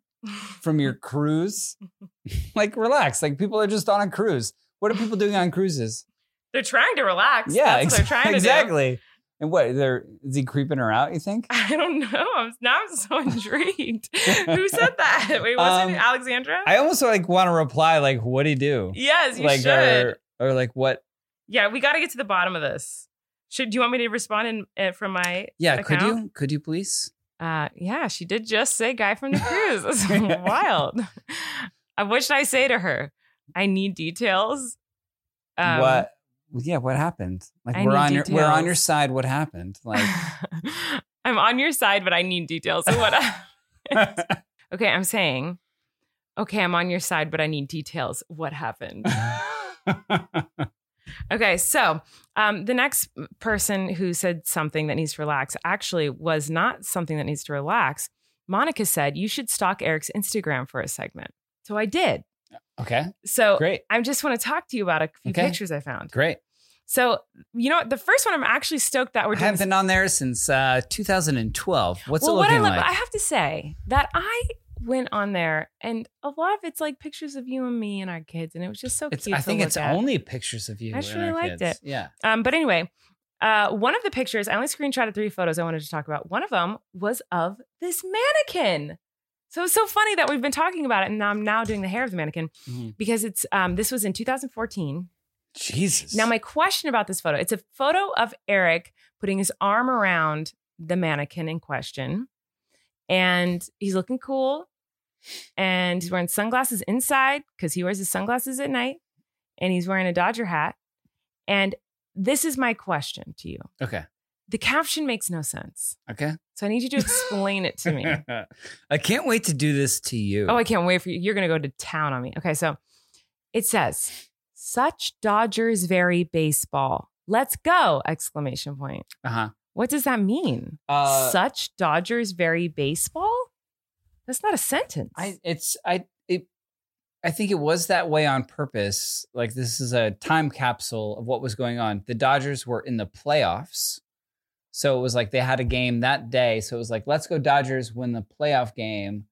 from
Mm.
your cruise, like relax. Like people are just on a cruise. What are people doing on cruises?
They're trying to relax.
Yeah,
that's what they're
ex-
trying to do.
exactly. And what? They're is he creeping her out? You think?
I don't know. I'm, now I'm so intrigued. Who said that? Wait, was it
Um,
Alexandra?
I almost like want to reply like, "What do you do?"
yes, you
like,
should.
Or, or like what?
yeah, we got to get to the bottom of this. Should do you want me to respond in, uh, from my?
Yeah, could
Account?
you? Could you please?
Uh, yeah, she did just say "guy from the cruise." That's wild. Uh, what should I say to her? I need details. Um,
what? Yeah, what happened? Like
I
we're
need
on your we're on
details.
your side. What happened? Like
I'm on your side, but I need details. So what? okay, I'm saying. Okay, I'm on your side, but I need details. What happened? Okay, so um, the next person who said something that needs to relax actually was not something that needs to relax. Monica said, You should stalk Eric's Instagram for a segment. So I did.
okay,
So
great,
Oh. I just want to talk to you about a few
Okay.
pictures I found.
great.
So, you know what? The first one I'm actually stoked that we're
I
doing.
haven't been on there since uh, 2012. What's
well,
it
what
looking
I love,
like?
I have to say that I went on there and a lot of it's like pictures of you and me and our kids, and it was just so
it's,
cute.
I
to
think
look
it's
at.
only pictures of you.
I
and
surely
our
liked
kids.
it.
Yeah.
Um, but anyway, uh, one of the pictures, I only screenshotted three photos I wanted to talk about. One of them was of this mannequin. So it's so funny that we've been talking about it, and I'm now doing the hair of the mannequin
Mhm.
because it's um, this was in 2014.
Jesus.
Now, my question about this photo it's a photo of Eric putting his arm around the mannequin in question. And he's looking cool. And he's wearing sunglasses inside because he wears his sunglasses at night. And he's wearing a Dodger hat. And this is my question to you
okay.
the caption makes no sense.
Okay.
So I need you to explain it to me.
I can't wait to do this to you.
Oh, I can't wait for you. You're going to go to town on me. Okay, so it says, such Dodgers very baseball. Let's go! Exclamation point.
uh-huh.
What does that mean?
Uh,
such Dodgers very baseball? That's not a sentence.
I it's I it I think it was that way on purpose. Like this is a time capsule of what was going on. The Dodgers were in the playoffs. So it was like they had a game that day. So it was like, let's go Dodgers win the playoff game.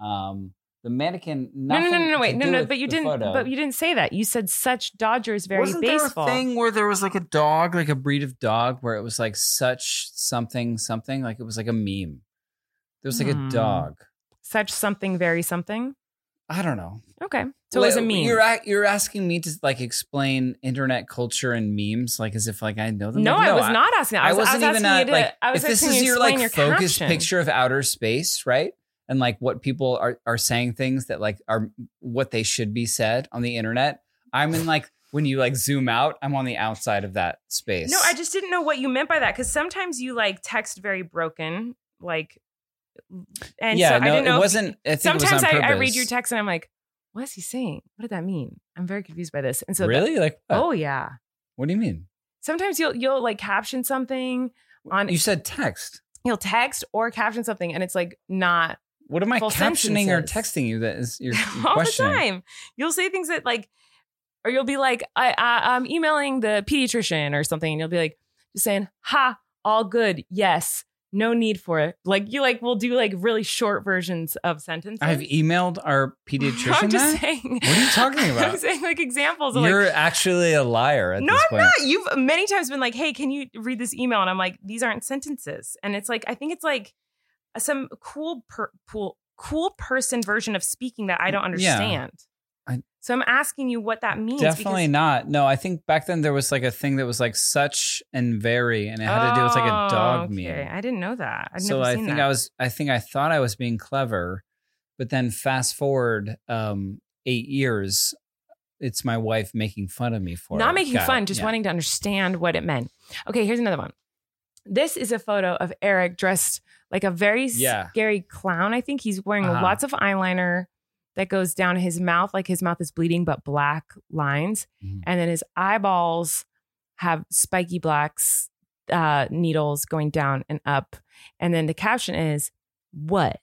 Um the mannequin
no, no, no, no,
nothing
no,
to
wait, no,
do
no.
with
But you
the
didn't.
photo.
But you didn't say that. You said such Dodgers very
Wasn't
baseball.
there a thing where there was like a dog, like a breed of dog, where it was like such something something, like it was like a meme. There was like
Hmm.
a dog.
Such something very something.
I don't know.
Okay, so it was a
Like,
meme.
You're a- you're asking me to like explain internet culture and memes, like as if like I know them.
no,
Like,
I was not asking. that.
I,
I was, I
wasn't
was
even
asking
uh,
you to,
like.
I was
if this
asking
is
you to
your like
explain your
focused
caption.
picture of outer space, right? And like what people are are saying things that like are what they should be said on the internet. I'm in like when you like zoom out, I'm on the outside of that space.
No, I just didn't know what you meant by that because sometimes you like text very broken, like, and
yeah,
so
no,
I didn't know.
it
if-
wasn't. I think it
sometimes
was on
I, I
purpose.
read your text and I'm like, what is he saying? What did that mean? I'm very confused by this. And so,
really? like, what?
oh yeah,
what do you mean?
sometimes you'll you'll like caption something on
You said text.
you'll text or caption something and it's like not
What am I
Full
captioning or
sentences.
texting you? That is your
all
question.
the time. You'll say things that like, or you'll be like, I, I I'm emailing the pediatrician or something, and you'll be like, just saying, ha, all good, yes, no need for it. Like you like will do like really short versions of sentences.
I've emailed our pediatrician.
I'm just
that?
saying.
What are you talking
I'm
about?
saying like examples of like
You're actually a liar at
No,
this point.
you've many times been like, "Hey, can you read this email?" And I'm like, "These aren't sentences." And it's like, I think it's like uh, some cool, per, cool, cool person version of speaking that I don't understand.
I-
so I'm asking you what that means.
Definitely not. No, I think back then there was like a thing that was like such and very, and it had to do with like a dog
Oh, okay.
meme.
I didn't know that. I'd
so
never
I
seen
think
that.
I was, I think I thought I was being clever, but then fast forward um, eight years, it's my wife making fun of me for
not
it.
making
Got it.
fun, just
Yeah.
wanting to understand what it meant. Okay, here's another one. This is a photo of Eric dressed like a very
Yeah.
scary clown. I think he's wearing
Uh-huh.
lots of eyeliner that goes down his mouth, like his mouth is bleeding, but black lines.
Mhm.
And then his eyeballs have spiky blacks, uh, needles going down and up. And then the caption is, What?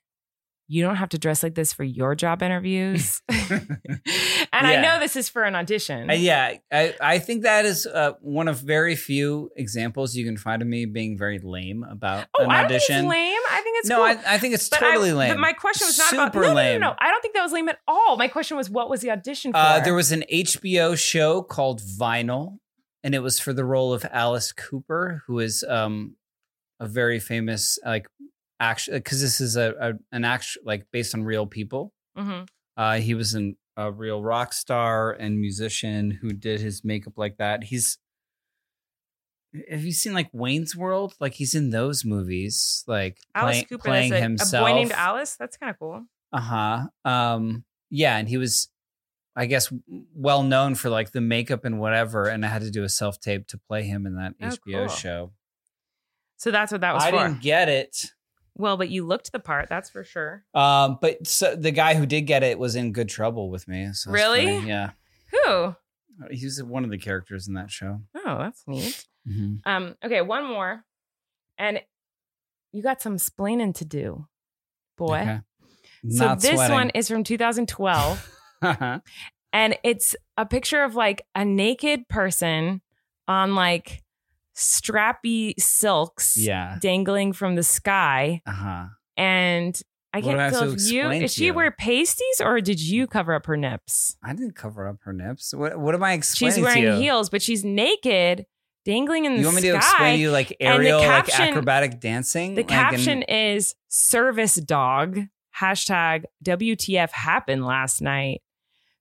You don't have to dress like this for your job interviews. and I
Yeah.
know this is for an audition.
Uh, yeah, Mm-hmm. I, I think that is uh, one of very few examples you can find of me being very lame about
Oh,
an
I don't
audition.
think it's lame. I think it's
no,
cool.
I, I think it's
But I-
totally lame.
But my question was not about
Super
no,
lame.
No, no, no, I don't think that was lame at all. My question was, what was the audition for?
Uh, there was an HBO show called Vinyl, and it was for the role of Alice Cooper, who is um, a very famous like action because this is a, a an action like based on real people.
Mhm.
Uh, he was an, a real rock star and musician who did his makeup like that. He's have you seen like Wayne's World? Like he's in those movies, like
Alice
play-
Cooper, that's
playing
a,
himself.
a boy named Alice. That's kind of cool.
Uh-huh. Um yeah, and he was I guess w- well known for like the makeup and whatever and I had to do a self-tape to play him in that
Oh, cool.
HBO show.
So that's what that was
I
for.
didn't get it.
Well, but you looked the part. That's for sure.
Um but so the guy who did get it was in good trouble with me. So that's
Really?
funny. Yeah. Uh,
Who? Oh,
He was one of the characters in that show. Mm-hmm,
that's neat. Um. Okay, one more, and you got some splaining to do, boy.
Okay.
So
Not
this
sweating.
one is oh. from 2012.
Uh-huh.
and it's a picture of like a naked person on like strappy silks
Yeah.
dangling from the sky.
Uh huh.
And I
What do I
can't
have
tell
to
if you
explain
did
to
she
you? Mm.
wear pasties or did you cover up her nips?
I didn't cover up her nips. What What am I explaining?
she's wearing
to you?
heels, but she's naked, dangling in the
You want me
sky.
to explain to you like
and the
aerial, like
caption-
acrobatic dancing?
The
Like, and-
caption is service dog. Hashtag WTF happened last night.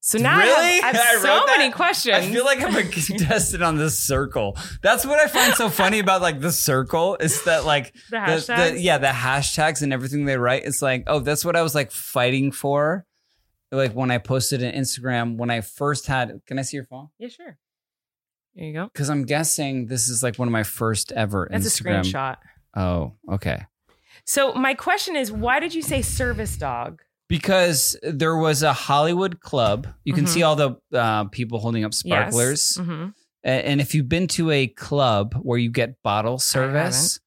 So now I have-
Really?
I have,
I
so
wrote that?
many questions.
I feel like I'm a contestant on this circle. That's what I find so funny about like the circle is that like
the
the,
hashtag.
the yeah the hashtags and everything they write. It's like oh that's what I was like fighting for. Like when I posted an Instagram when I first had. Can I see your phone?
yeah, sure. There you go.
Because I'm guessing this is like one of my first ever
That's a
Instagram.
screenshot.
Oh, okay.
So my question is, why did you say service dog?
Because there was a Hollywood club. You can
Mhm.
see all the uh, people holding up sparklers.
Yes. Mhm.
A- And if you've been to a club where you get bottle service,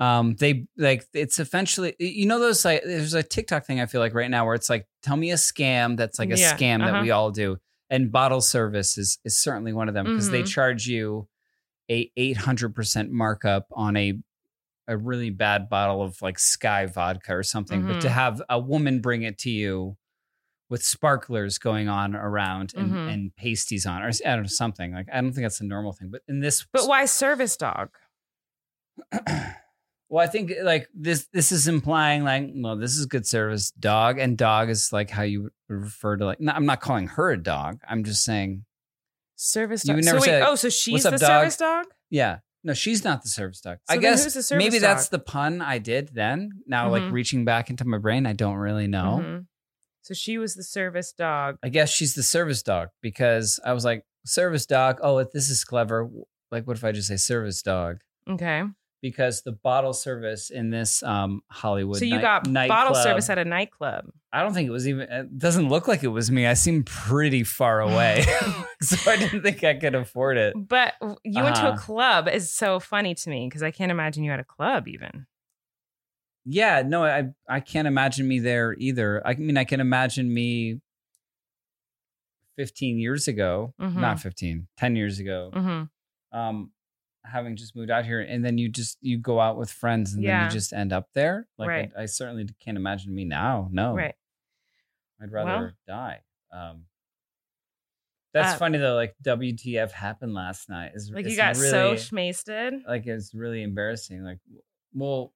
um, they like it's essentially you know those like there's a TikTok thing I feel like right now where it's like tell me a scam that's like a
Yeah,
scam
uh-huh.
that we all do, and bottle service is is certainly one of them because they
Mhm.
charge you a eight hundred percent markup on a a really bad bottle of like Sky vodka or something, but to
Mhm.
have a woman bring it to you with sparklers going on around and,
Mhm.
and pasties on or s- I don't know, something like I don't think that's a normal thing, but in this
But why service dog?
well, I think like this this is implying like, well, this is good service, dog, and dog is like how you would refer to like. No, I'm not calling her a dog. I'm just saying,
Service
You
dog.
would
so
never
wait,
say,
oh, so she's
"What's up,
the
dog?"
service dog?
yeah, no, she's not the service dog. I
then
guess
who's the service
maybe that's
dog?
the pun I did then. Now, like
Mhm.
reaching back into my brain, I don't really know.
Mhm. So she was the service dog.
I guess she's the service dog because I was like, service dog. Oh, this is clever. Like, what if I just say service dog?
Okay.
Because the bottle service in this um, Hollywood,
So you
night-
got bottle
nightclub-
service at a nightclub.
I don't think it was even. It doesn't look like it was me. I seemed pretty far away, so I didn't think I could afford it.
But w- you went to a
Uh-huh.
club is so funny to me because I can't imagine you at a club even.
Yeah, no, I I can't imagine me there either. I mean, I can imagine me. 15 years ago,
Mhm.
not 15, 10 years ago,
hmm
um, having just moved out here, and then you just you go out with friends, and
Yeah.
then you just end up there. Like
Right.
I, I certainly can't imagine me now. No,
Right.
I'd
Well.
rather die. Um, that's
Uh,
funny though. Like WTF happened last night is
Like
it's
you got so
really,
schmasted.
like it's really embarrassing. Like, w- well,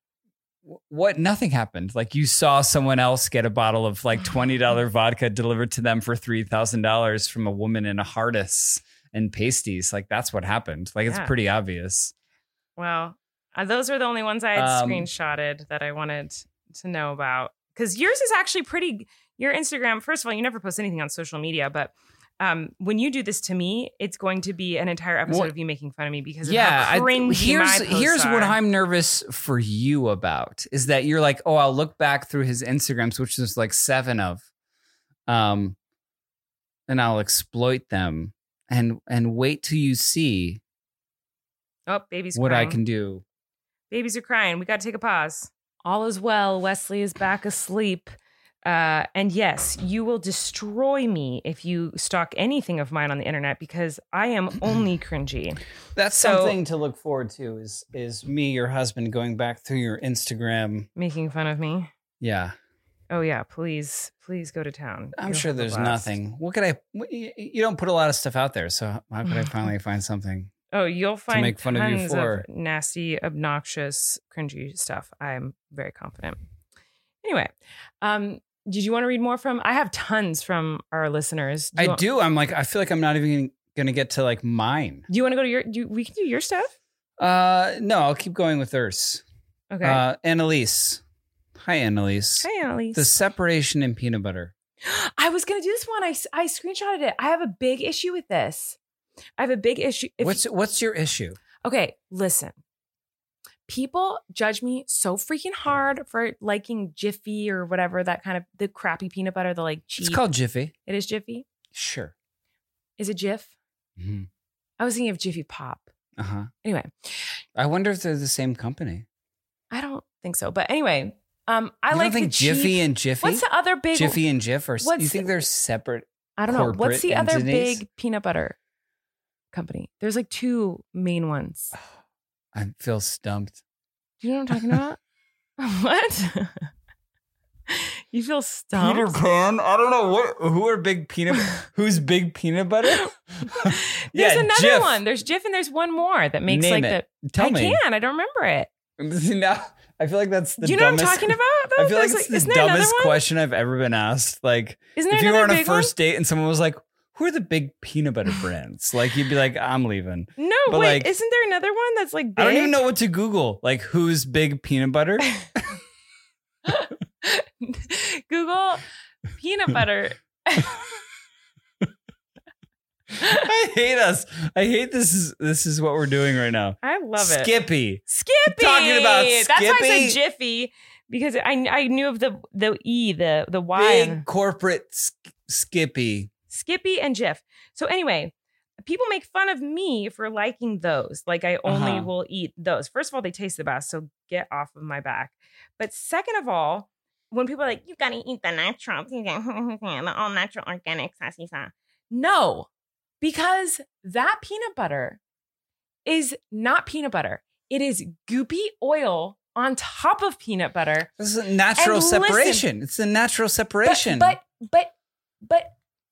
w- what? Nothing happened. Like you saw someone else get a bottle of like twenty dollar vodka delivered to them for three thousand dollars from a woman in a harness and pasties. Like that's what happened. Like
Yeah.
it's pretty obvious.
Well, uh, those were the only ones I had
Um,
screenshotted that I wanted to know about because yours is actually pretty. Your Instagram, first of all, you never post anything on social media, but um, when you do this to me, it's going to be an entire episode
Well,
of you making fun of me because of
I-
how cringy
here's
my posts
here's what
are.
I'm nervous for you about is that you're like, oh, I'll look back through his Instagrams, which there's like seven of, um, and I'll exploit them and and wait till you see
Oh, baby's
what I
crying.
can do.
babies are crying. We got to take a pause. All is well. Wesley is back asleep. Uh, and yes, you will destroy me if you stalk anything of mine on the internet because I am only cringy.
That's
So-
something to look forward to. Is is me your husband going back through your Instagram?
Making fun of me.
Yeah,
Oh, yeah. Please, please go to town.
I'm
You'll
sure
have a
there's
blast.
nothing. What could I? what- You you don't put a lot of stuff out there, so how could I finally find something?
Oh, you'll find
make fun of you
tons
for.
nasty, obnoxious, cringy stuff. I'm very confident. Anyway, um, did you want to read more from? I have tons from our listeners. you
I
want-
do. I'm like, I feel like I'm not even gonna get to like mine.
Do you want to go to your? Do, we can do your stuff.
Uh, no, I'll keep going with hers.
Okay.
Uh, Annalise. Hi, Annalise.
hey, Annalise.
The separation in peanut butter.
I was gonna do this one. I s- I screenshotted it. I have a big issue with this. I have a big issue. if-
what's what's your issue?
okay? Listen, people judge me so freaking hard for liking Jiffy or whatever that kind of the crappy peanut butter, the like cheap.
It's called Jiffy.
It is Jiffy.
Sure.
Is it Jiff?
Mm-hmm.
I was thinking of Jiffy Pop.
Uh huh.
Anyway,
I wonder if they're the same company.
I don't think so. But anyway, um, I
You
like
don't think
the
Jiffy
cheap-
and Jiffy.
What's the other big?
Jiffy and Jiff are? s- You
what's-
think they're separate?
I don't know. What's
corporate
the other
entities?
big peanut butter company. There's like two main ones.
I feel stumped.
Do you know what I'm talking about? what? you feel stumped?
Peter Pan? I don't know what who are big peanut who's big peanut butter?
There's
Yeah,
another
Jif.
one. There's Jif and there's one more that makes
Name
like
it.
the.
Tell
I
me.
can't. I don't remember it.
now I feel like that's the
Do you know
dumbest-
what I'm talking about? Though?
I feel like
There's,
it's the
isn't there another
dumbest
one?
question I've ever been asked. Like
Isn't there
if you were on
another
a
big one?
first date and someone was like, Who are the big peanut butter brands? Like you'd be like, I'm leaving.
No,
But,
wait.
like-
isn't there another one that's like big?
I don't even know what to Google. Like who's big peanut butter?
Google peanut butter.
I hate us. I hate this is this is what we're doing right now.
I love it.
Skippy.
Skippy.
Talking about
That's why I
Skippy.
said Jiffy because I I knew of the the e the the y.
Big corporate sk- Skippy.
Skippy and Jif. So anyway, people make fun of me for liking those. Like I only
Uh-huh.
will eat those. First of all, they taste the best, so get off of my back. But second of all, when people are like, "You gotta eat the natural, the all natural organic sassy sauce," no, because that peanut butter is not peanut butter. It is goopy oil on top of peanut butter.
This is a natural
And listen-
separation. It's a natural
But-
separation.
But but but,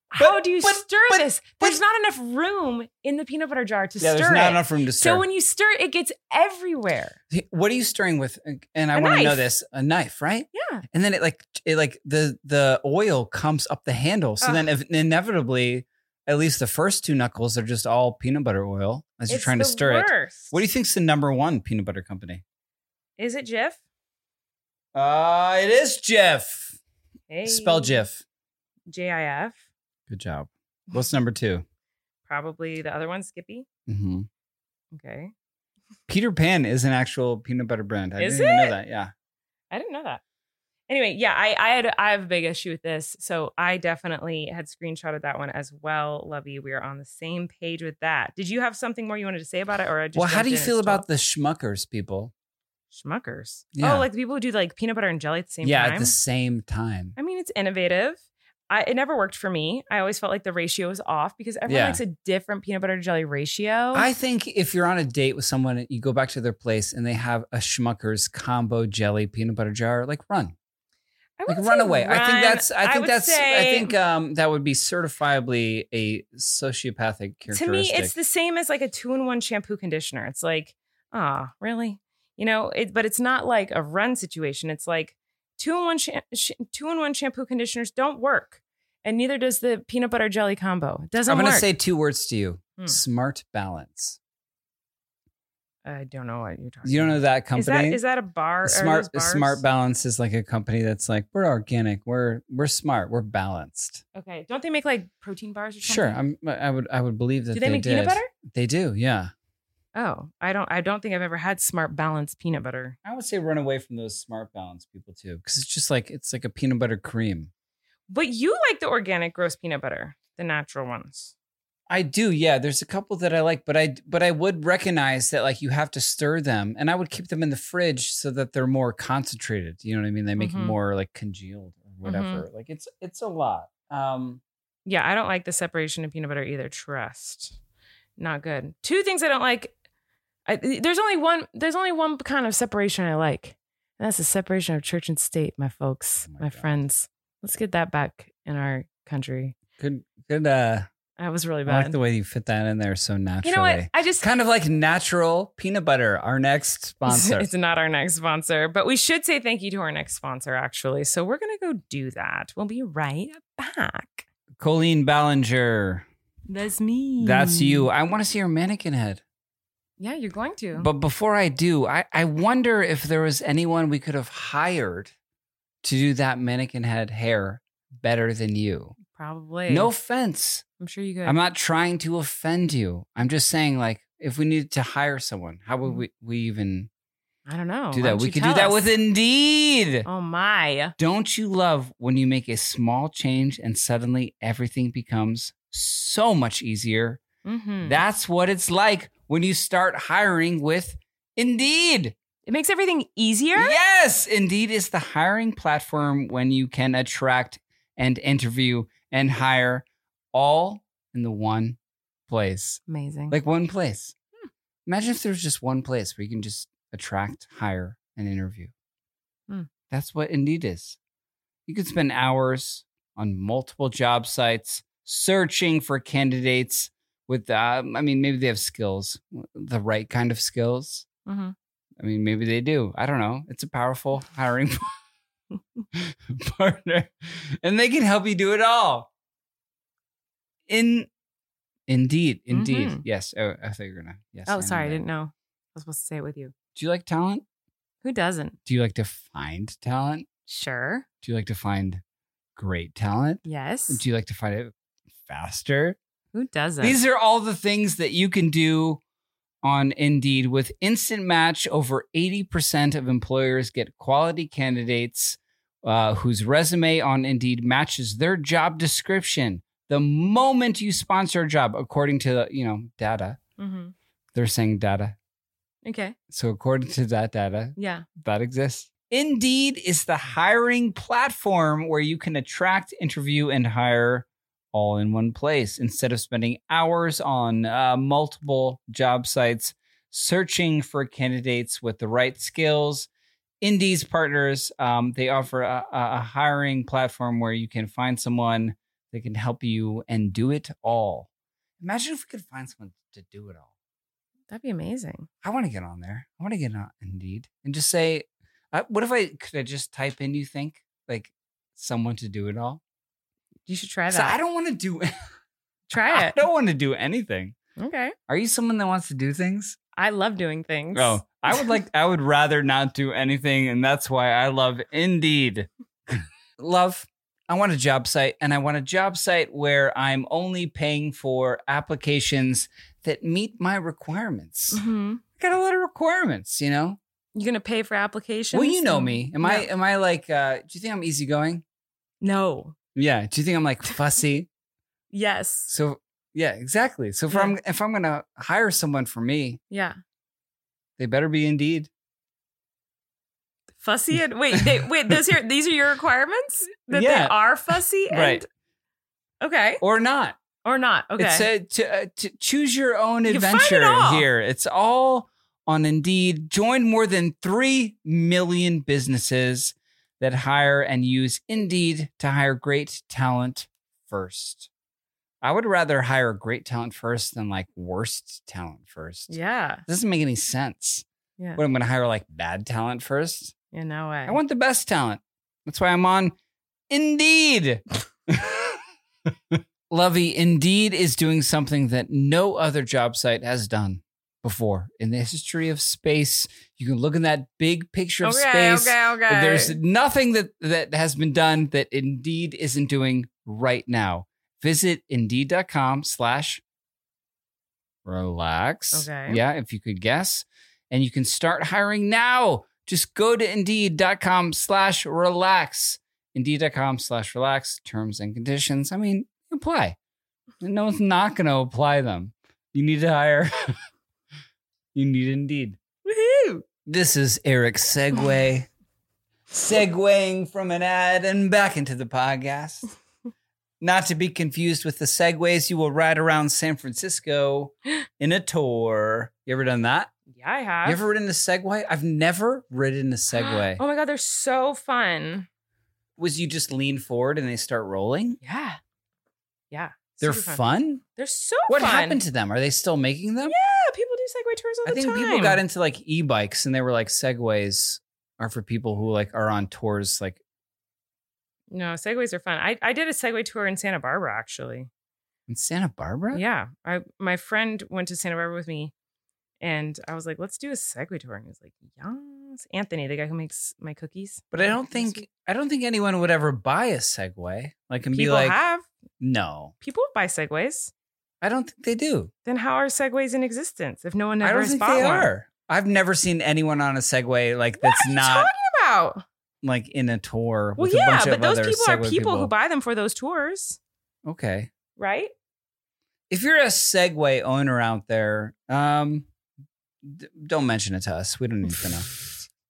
how
But-
do you
but-
stir
but-
this?
but-
there's not enough room in the peanut butter jar to
yeah,
stir
there's not
it.
enough room to stir.
So when you stir, it, it gets everywhere.
what are you stirring with? And I
A
want to know
knife.
this: a knife, right?
Yeah.
And then it like it like the the oil comes up the handle. So
Ugh.
then if, inevitably, at least the first two knuckles are just all peanut butter oil as you're trying to stir it. What do you think's the number one peanut butter company?
think? Is it Jif?
Uh it is Jeff.
Hey.
Spell Jeff.
J I F.
Good job. What's number 2
Probably the other one, Skippy.
Mm-hmm.
Okay.
Peter Pan is an actual peanut butter brand. I
Is
didn't even
it?
know that. Yeah.
I didn't know that. Anyway, yeah, I, I had I have a big issue with this, so I definitely had screenshotted that one as well, Lovey. We are on the same page with that. Did you have something more you wanted to say about it, or I just
well, how
jumped
do you
in at
feel
twelve?
about the schmuckers, people?
Schmuckers.
Yeah.
Oh, like the people who do like peanut butter and jelly at the same
yeah,
time.
at the same time.
I mean, it's innovative. I, it never worked for me. I always felt like the ratio was off because everyone
Yeah.
likes a different peanut butter to jelly ratio.
I think if you're on a date with someone, you go back to their place and they have a schmuckers combo jelly peanut butter jar, like run.
I
Like
wouldn't
run
say
away. I
run.
think that's I think
would
that's I
say-
think um that would be certifiably a sociopathic
to me,
characteristic.
it's the same as like a two-in-one shampoo conditioner. It's like, ah, really? You know, it, but it's not like a run situation. It's like two-in-one sh- sh- two-in-one shampoo conditioners don't work, and neither does the peanut butter jelly combo. It doesn't
I'm gonna
work.
say two words to you.
Hmm.
Smart balance.
I don't know what you're talking.
You don't know
about.
that company?
Is that is that a bar? Are
smart
those bars?
smart balance is like a company that's like we're organic we're we're smart we're balanced
Okay. Don't they make like protein bars or something?
sure i'm i would i would believe that
Do they, make
did.
peanut butter?
they do yeah
Oh, I don't. I don't think I've ever had Smart Balance peanut butter.
i would say run away from those smart balance people too because it's just like it's like a peanut butter cream
But you like the organic gross peanut butter, the natural ones.
i do yeah there's a couple that i like but i but i would recognize that like you have to stir them and i would keep them in the fridge so that they're more concentrated you know what i mean they make
Mhm.
it more like congealed or whatever like it's it's a lot um
Yeah, I don't like the separation of peanut butter either. Trust, not good. Two things I don't like. I, there's only one. There's only one kind of separation I like, and that's the separation of church and state, my folks,
Oh my
my
God.
friends. Let's get that back in our country.
good good uh
That was really
I like
bad.
the way you fit that in there so naturally.
you know what? I just
Kind of like natural peanut butter, our next sponsor.
It's not our next sponsor, but we should say thank you to our next sponsor, actually. So we're going to go do that. We'll be right back.
Colleen Ballinger.
That's me.
That's you. I want to see your mannequin head.
Yeah, you're going to.
But before I do, I, I wonder if there was anyone we could have hired to do that mannequin head hair better than you.
Probably.
No offense.
I'm sure you could.
I'm not trying to offend you. I'm just saying, like, if we needed to hire someone, how would we, we even
I don't know.
do
Mm-hmm. Oh, Why
that?
don't
We
you
could do
tell
that
us?
with Indeed.
Oh, my.
Don't you love when you make a small change and suddenly everything becomes so much easier?
hmm
That's what it's like when you start hiring with Indeed.
it makes everything easier.
Yes, Indeed is the hiring platform when you can attract and interview and hire all in the one place,
Amazing.
like one place. Imagine if there was just one place where you can just attract, hire, and interview.
Hmm.
That's what Indeed is. You could spend hours on multiple job sites searching for candidates with, uh, I mean, maybe they have skills, the right kind of skills.
mm-hmm.
I mean, maybe they do. I don't know. It's a powerful hiring partner, and they can help you do it all. In, indeed, indeed,
Mhm.
yes. Oh, I thought you were gonna. Yes.
Oh,
know
sorry, I
that.
didn't know. I was supposed to say it with you.
Do you like talent?
Who doesn't?
Do you like to find talent?
Sure.
Do you like to find great talent?
Yes.
Do you like to find it faster?
Who doesn't?
These are all the things that you can do on Indeed with Instant Match. Over 80% of employers get quality candidates uh, whose resume on Indeed matches their job description the moment you sponsor a job, according to, you know, data.
Mhm.
They're saying data.
Okay.
So, according to that data,
Yeah.
that exists. Indeed is the hiring platform where you can attract, interview, and hire all in one place instead of spending hours on uh, multiple job sites searching for candidates with the right skills. Indeed's partners, um, they offer a, a a hiring platform where you can find someone that can help you and do it all. Imagine if we could find someone to do it all.
That'd be amazing.
I want to get on there. I want to get on Indeed and just say, uh, what if I could I just type in? You think like someone to do it all?
You should try
'Cause I
that.
don't want to do.
Try
I
it.
don't want to do anything.
Okay.
Are you someone that wants to do things?
I love doing things.
Oh, I would like. I would rather not do anything, and that's why I love Indeed. love. I want a job site, and I want a job site where I'm only paying for applications that meet my requirements.
Mhm.
I got a lot of requirements, you know.
You're gonna pay for applications.
Well, you know
and-
me. Am
No.
I am I like uh do you think I'm easygoing?
No.
Yeah. Do you think I'm like fussy?
Yes.
so yeah, exactly. So if
Yeah.
I'm if I'm gonna hire someone for me,
Yeah.
they better be indeed.
Fussy and wait, they, wait. Those here, these are your requirements that
Yeah.
they are fussy and
Right.
okay
Or not.
or not. Okay.
It's a, to, uh, to choose your own
You find it
adventure
all.
here. It's all on Indeed. Join more than 3 million businesses that hire and use Indeed to hire great talent first. I would rather hire great talent first than like worst talent first.
yeah.
It doesn't make any sense.
Yeah.
What I'm going to hire like bad talent first?
Yeah. No way.
I want the best talent. That's why I'm on Indeed. Lovey, Indeed is doing something that no other job site has done before in the history of space. You can look in that big picture of
okay,
space.
okay. Okay.
There's nothing that that has been done that Indeed isn't doing right now. Visit Indeed.com slash relax.
Okay.
Yeah, if you could guess. And you can start hiring now. Just go to Indeed.com slash relax. Indeed.com slash relax. Terms and conditions. I mean, apply. No one's not going to apply them. You need to hire. you need Indeed.
Woohoo.
This is Eric Segway, segueing from an ad and back into the podcast. Not to be confused with the segways you will ride around San Francisco in a tour. You ever done that?
Yeah, I have.
You ever ridden a Segway? I've never ridden a Segway.
oh my god, they're so fun.
Was you just lean forward and they start rolling?
Yeah. Yeah.
They're
super
fun.
They're so
What
fun.
happened to them? Are they still making them?
Yeah, people do Segway tours all
I
the
think
time.
people got into like e-bikes and they were like Segways are for people who like are on tours like
No, Segways are fun. I, I did a Segway tour in Santa Barbara actually.
in Santa Barbara.
Yeah. I my friend went to Santa Barbara with me and I was like, let's do a Segway tour. And he was like, yes. Anthony, the guy who makes my cookies.
But I don't
Yes,
think
we-
I don't think anyone would ever buy a Segway. Like and be
people
like,
have
no,
people buy Segways.
I don't think they do.
Then how are Segways in existence if no one
I
ever
don't
has
think
bought
they
one?
are. I've never seen anyone on a Segway like
What
that's
are you
not
talking about?
like in a tour.
Well,
with a
yeah,
bunch
but
of
those
other
people are
Segway
people, who buy them for those tours,
Okay,
right?
if you're a Segway owner out there, um, d- don't mention it to us. We don't need to know.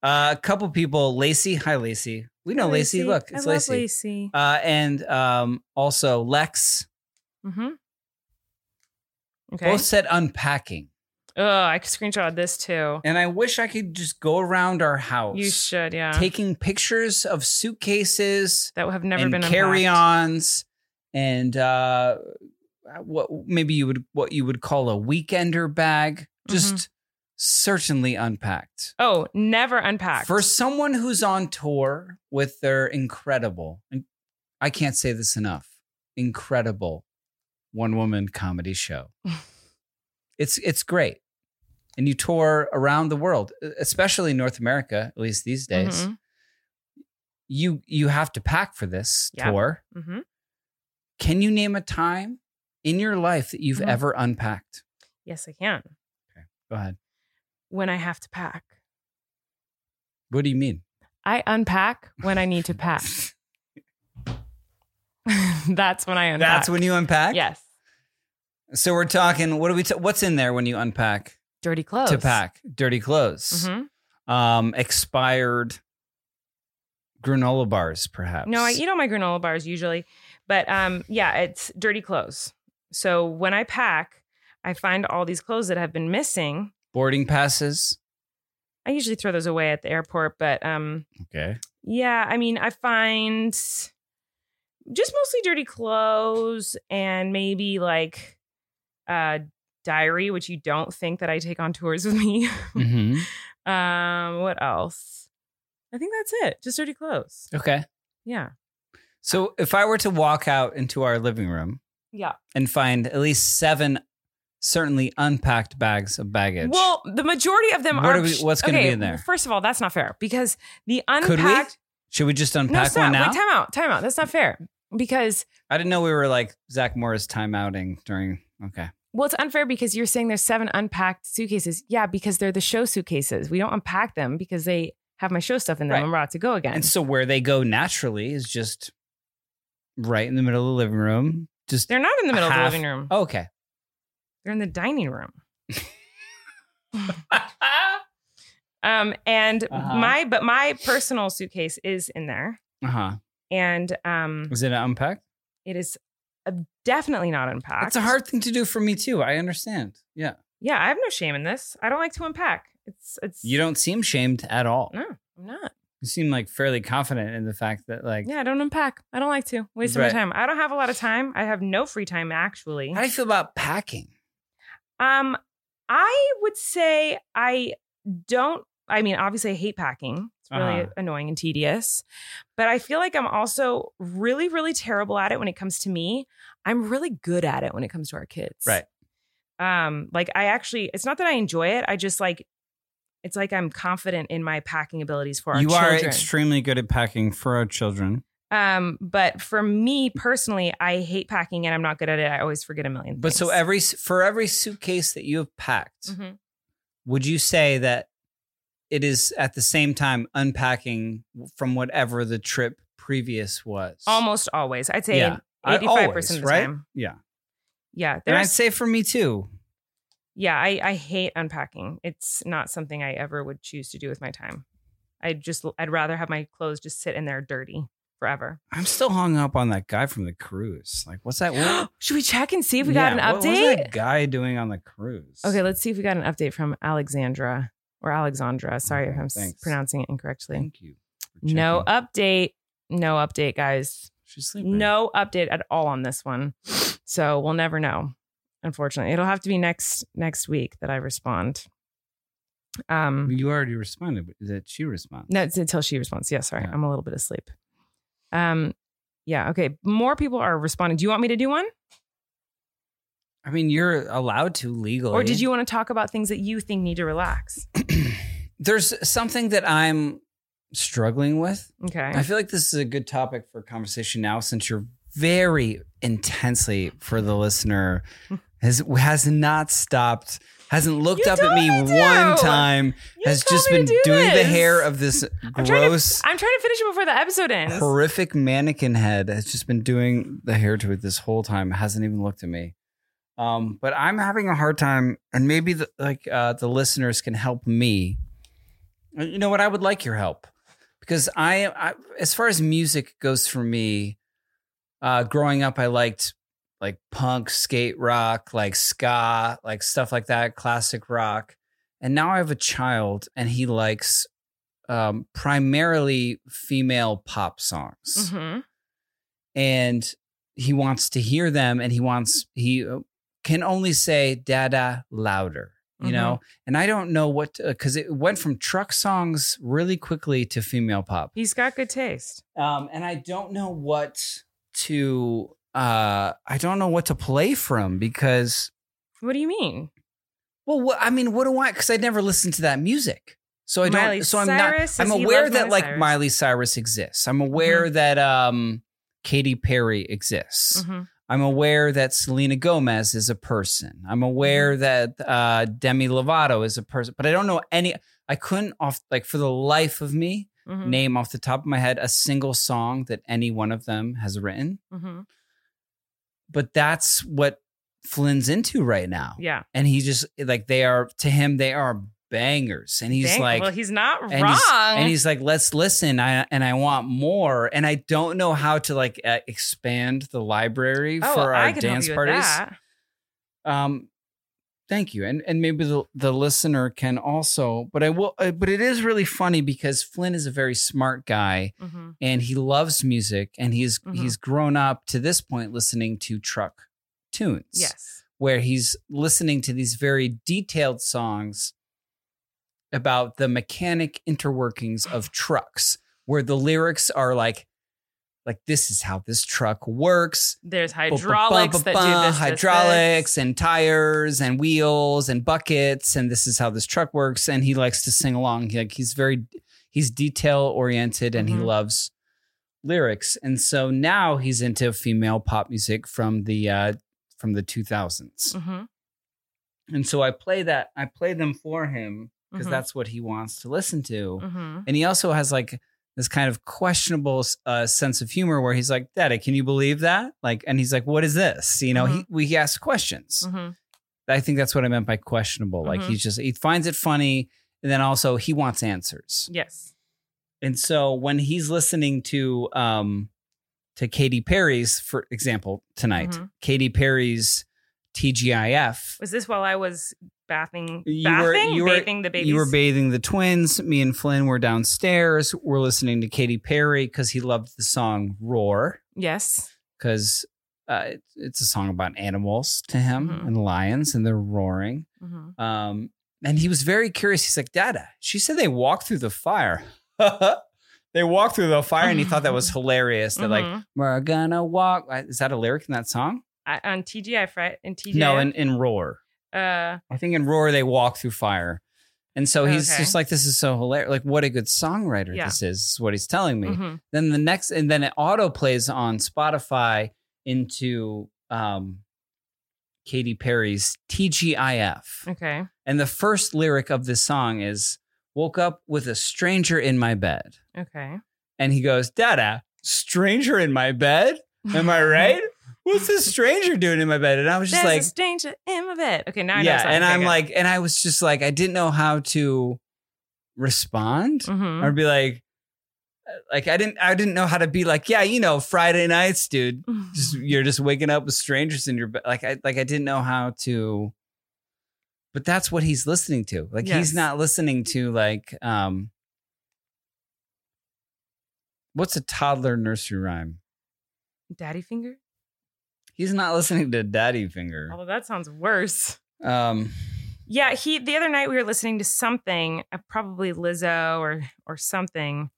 Uh, a couple people, Lacey. Hi, Lacey. We know Lacey. Look, it's
I love
Lacey. Uh, and um, also Lex.
Mm-hmm. Okay.
Both said unpacking.
Oh, I could screenshot this too.
And I wish I could just go around our house.
You should, yeah.
Taking pictures of suitcases
that have never
and
been unpacked.
carry-ons and uh what maybe you would what you would call a weekender bag.
Mm-hmm.
Just certainly unpacked.
Oh, never unpacked.
For someone who's on tour with their incredible, and I can't say this enough, incredible one woman comedy show. it's it's great. And you tour around the world, e, especially North America, at least these days.
Mhm,
You you have to pack for this
Yeah.
tour.
mhm.
Can you name a time in your life that you've
Mhm.
ever unpacked?
Yes, I can.
Go ahead.
When I have to pack,
What do you mean?
I unpack when I need to pack. That's when I unpack.
That's when you unpack.
Yes.
So we're talking. What do we? T- what's in there when you unpack
Dirty clothes.
to pack? Dirty clothes,
Mhm.
um, expired granola bars, perhaps.
No, I eat all my granola bars usually, but um, yeah, it's dirty clothes. So when I pack, I find all these clothes that have been missing.
boarding passes.
I usually throw those away at the airport, but um,
Okay.
yeah, I mean, I find just mostly dirty clothes and maybe like a diary, which you don't think that I take on tours with me.
hmm
um, what else? I think that's it. Just dirty clothes.
Okay.
Yeah.
So if I were to walk out into our living room
Yeah.
and find at least seven, certainly unpacked bags of baggage.
Well, the majority of them
What
are.
do we- what's gonna be in there?
First of all, that's not fair because the
we
unpacked.
should we just
No,
unpack
stop.
one
Wait,
now?
time out. Time out. That's not fair because
I didn't know we were like Zach Morris time outing during. Okay.
well, it's unfair because you're saying there's seven unpacked suitcases. Yeah, because they're the show suitcases. We don't unpack them because they have my show stuff in them.
Right.
I'm about to go again.
And so where they go naturally is just right in the middle of the living room. Just
they're not in the middle of
half- Oh.
the living room.
okay.
They're in the dining room. um, and
Uh-huh.
my but my personal suitcase is in there,
Uh huh.
and um,
Is it unpacked?
it is uh, definitely not unpacked.
That's a hard thing to do for me too. I understand. Yeah.
Yeah, I have no shame in this. I don't like to unpack. It's it's
You don't seem shamed at all.
No, I'm not.
You seem like fairly confident in the fact that like
Yeah, I don't unpack. I don't like to. Waste
Right.
of my time. I don't have a lot of time. I have no free time actually.
how do you feel about packing?
Um I would say I don't I mean, obviously I hate packing. It's really
Uh-huh.
annoying and tedious. But I feel like I'm also really really terrible at it when it comes to me. I'm really good at it when it comes to our kids.
Right.
um like i actually it's not that i enjoy it i just like it's like i'm confident in my packing abilities for our
you are
children
extremely good at packing for our children.
um but for me personally i hate packing and i'm not good at it i always forget a million
But so
things.
every for every suitcase that you have packed,
Mhm.
would you say that it is at the same time unpacking from whatever the trip previous was?
almost always i'd say
Yeah. I-
85%
always,
of the
right?
time
Yeah.
yeah
And I'd
there's
say for me too.
yeah I, I hate unpacking it's not something i ever would choose to do with my time i just i'd rather have my clothes just sit in there dirty forever
I'm still hung up on that guy from the cruise. Like, what's that? What,
should we check and see if we got
Yeah,
an
What
update
was that guy doing on the cruise?
Okay, let's see if we got an update from Alexandra or Alexandra. Sorry if
Okay,
I'm s-
thanks.
pronouncing it incorrectly.
Thank you. for
No
checking.
update. No update, guys.
She's sleeping.
No update at all on this one. So we'll never know. Unfortunately, it'll have to be next next week that I respond. Um,
You already responded. but That she responds.
no, it's until she responds. Yeah, sorry,
Yeah.
I'm a little bit asleep. Um, yeah. Okay. More people are responding. Do you want me to do one,
I mean, you're allowed to legally.
or did you want to talk about things that you think need to relax?
There's something that I'm struggling with.
Okay.
I feel like this is a good topic for conversation now, since you're very intensely for the listener has has not stopped, hasn't looked
You
up at
told
me
me to.
one time,
You
has
told
just
me to
been
do
doing the
this.
hair of this
I'm trying to-
gross.
I'm trying to finish it before the episode ends.
horrific mannequin head has just been doing the hair to it this whole time hasn't even looked at me um but i'm having a hard time and maybe the, like uh the listeners can help me Uh, you know what i would like your help because i, I as far as music goes for me uh growing up i liked like punk, skate rock, like ska, like stuff like that, classic rock. And now I have a child and he likes um, primarily female pop songs.
Mm-hmm.
And he wants to hear them and he wants, he uh, can only say dada louder. You
Mhm.
know, and I don't know what because it went from truck songs really quickly to female pop.
He's got good taste.
um, and I don't know what to uh, I don't know what to play from because
What do you mean?
well, what, I mean, what do I? Because I never listened to that music, so I don't.
Miley
so I'm
Cyrus?
not.
Does
I'm
he
aware
love Miley
that like
Cyrus? Mm-hmm.
Miley Cyrus exists. I'm aware that um, Katy Perry exists.
Mhm.
I'm aware that Selena Gomez is a person.
Mm-hmm.
I'm aware that uh, Demi Lovato is a person, but I don't know any. I couldn't off like for the life of me
Mhm.
name off the top of my head a single song that any one of them has written.
Mhm.
But that's what Flynn's into right now.
Yeah.
And he just like they are to him, they are bangers. And he's
Dang.
like
well, he's not wrong.
and He's, and he's like, let's listen. I and I want more. And I don't know how to like uh, expand the library
oh,
for
I
our
can
dance
help you
parties.
With that.
Um, thank you, and and maybe the the listener can also. But I will. Uh, but it is really funny because Flynn is a very smart guy,
hmm
and he loves music and he's
Mhm.
he's grown up to this point listening to truck tunes
Yes.
where he's listening to these very detailed songs about the mechanic interworkings of trucks where the lyrics are like like this is how this truck works
There's
Bu- bu- bu-
hydraulics
bu-
that do
bu-
this. this,
hydraulics
this.
and tires and wheels and buckets and this is how this truck works and he likes to sing along He- like he's very he's detail oriented and he
Mhm.
loves lyrics and so now he's into female pop music from the uh from the 2000s
Mhm.
and so i play that i play them for him because
Mhm.
that's what he wants to listen to
Mhm.
and he also has like this kind of questionable uh, sense of humor where he's like, "Daddy, can you believe that?" Like, and he's like, "What is this?" You know, he we he asks questions.
Mhm.
I think that's what I meant by questionable. Like,
Mhm.
he's just he finds it funny, and then also he wants answers.
Yes.
And so when he's listening to um to Katy Perry's, for example, tonight,
Mhm.
Katy Perry's TGIF,
Was this while I was bathing?
You
bathing?
were- you were-
bathing the babies.
You were bathing the twins. Me and Flynn were downstairs. We're listening to Katy Perry because he loved the song Roar
yes.
because uh, it- it's a song about animals to him
Mhm.
and lions and they're roaring.
hmm
Um, and he was very curious. He's like, Dada, she said they walked through the fire. they walked through the fire and he thought that was hilarious. That like, we're gonna walk. Is that a lyric in that song?
mm-hmm. I, on TGI Friday in TGI.
No, in, in Roar.
uh,
I think in Roar they walk through fire. And so he's
Okay.
just like, this is so hilarious. Like, what a good songwriter
Yeah.
this is, is what he's telling me.
mhm.
Then the next, and then it auto plays on Spotify into um, Katy Perry's TGIF.
okay.
And the first lyric of this song is, Woke up with a stranger in my bed.
Okay.
And he goes, Dada, stranger in my bed? Am I right? What's this stranger doing in my bed? And I was just
There's
like,
a stranger in my bed. Okay, now I know.
yeah,
something.
and
Okay,
I'm
good.
like, and I was just like, I didn't know how to respond
Mhm.
or be like, uh, like I didn't, I didn't know how to be like, yeah, you know, Friday nights, dude, just you're just waking up with strangers in your bed. Like I, like I didn't know how to. But that's what he's listening to. Like
Yes.
he's not listening to like, um, what's a toddler nursery rhyme?
daddy finger.
He's not listening to Daddy Finger.
Although that sounds worse.
Um,
Yeah, he the other night we were listening to something, uh, probably Lizzo or or something.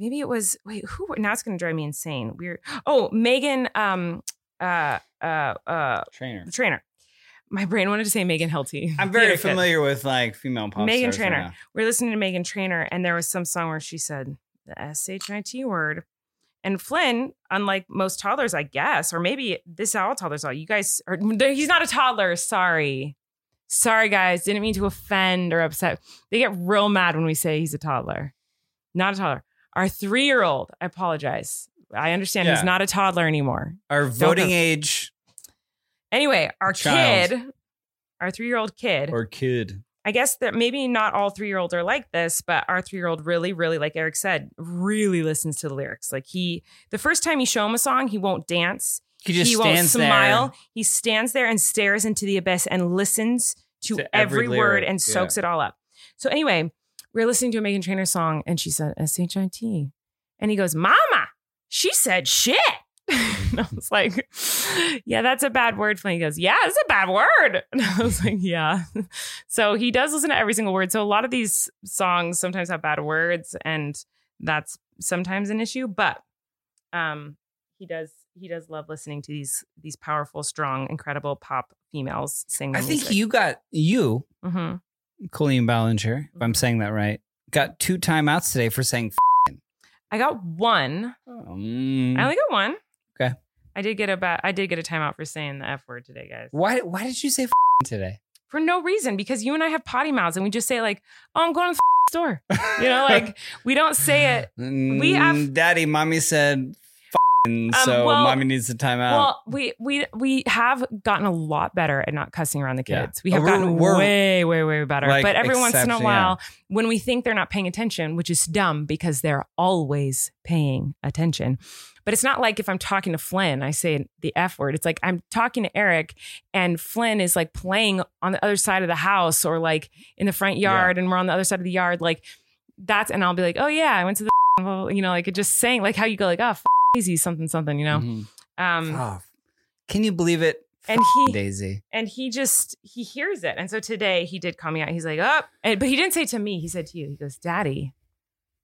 Maybe it was wait, who now it's gonna drive me insane. We're oh, Megan um uh uh uh
trainer.
the trainer. My brain wanted to say Megan Hilty.
I'm very
Peter Fit.
familiar with like female pop
Meghan
stars right
Trainor.
now.
We we're listening to Megan Trainer, and there was some song where she said the S H I T word. And Flynn, unlike most toddlers, I guess, or maybe this is how all toddlers are. You guys are he's not a toddler, sorry. Sorry, guys. Didn't mean to offend or upset. They get real mad when we say he's a toddler. Not a toddler. Our three year old, I apologize. I understand
Yeah.
he's not a toddler anymore.
Our voting
know.
age
Anyway, our
Child.
kid, our three year old kid,
or kid.
I guess that maybe not all three year olds are like this, but our three year old really, really, like Eric said, really listens to the lyrics. Like he, the first time you show him a song, he won't dance.
He just
he won't
stands
smile.
there.
He stands there and stares into the abyss and listens to,
To every
every, word
lyric,
and soaks it all up. So anyway, we were listening to a Megan Trainor song and she said S H I T, and he goes, "Mama, she said shit." and I was like, "Yeah, that's a bad word." And he goes, "Yeah, it's a bad word." And I was like, "Yeah." So he does listen to every single word. So a lot of these songs sometimes have bad words, and that's sometimes an issue. But um, he does he does love listening to these these powerful, strong, incredible pop females sing.
I think you got you,
hmm
Colleen Ballinger, if I'm saying that right, got two timeouts today for saying. F-
I got one.
Mm.
Oh. I only got one.
Okay.
I did get a ba- I did get a timeout for saying the f word today, guys.
Why? Why did you say f- today?
for no reason because you and I have potty mouths and we just say like, "Oh, I'm going to the store." You know, like we don't say it.
we
have-
Mm,
Um,
daddy. Mommy said, f- so
well-
mommy needs a timeout.
Well, we we we have gotten a lot better at not cussing around the
Yeah.
kids. We have
We're-
gotten
we're,
way way way better.
like,
but every once in a
exception-
while, when we think they're not paying attention, which is dumb because they're always paying attention. But it's not like if I'm talking to Flynn, I say the F word. It's like I'm talking to Eric and Flynn is like playing on the other side of the house or like in the front
Yeah.
yard and we're on the other side of the yard. Like that's, and I'll be like, oh yeah, I went to the, well, you know, like it just saying like how you go like, oh, f- Daisy, something, something, you know?
Mhm.
Um,
Oh, can you believe it?
and he,
Daisy.
and he just he hears it and so today he did call me out he's like up and, but he didn't say to me he said to you he goes daddy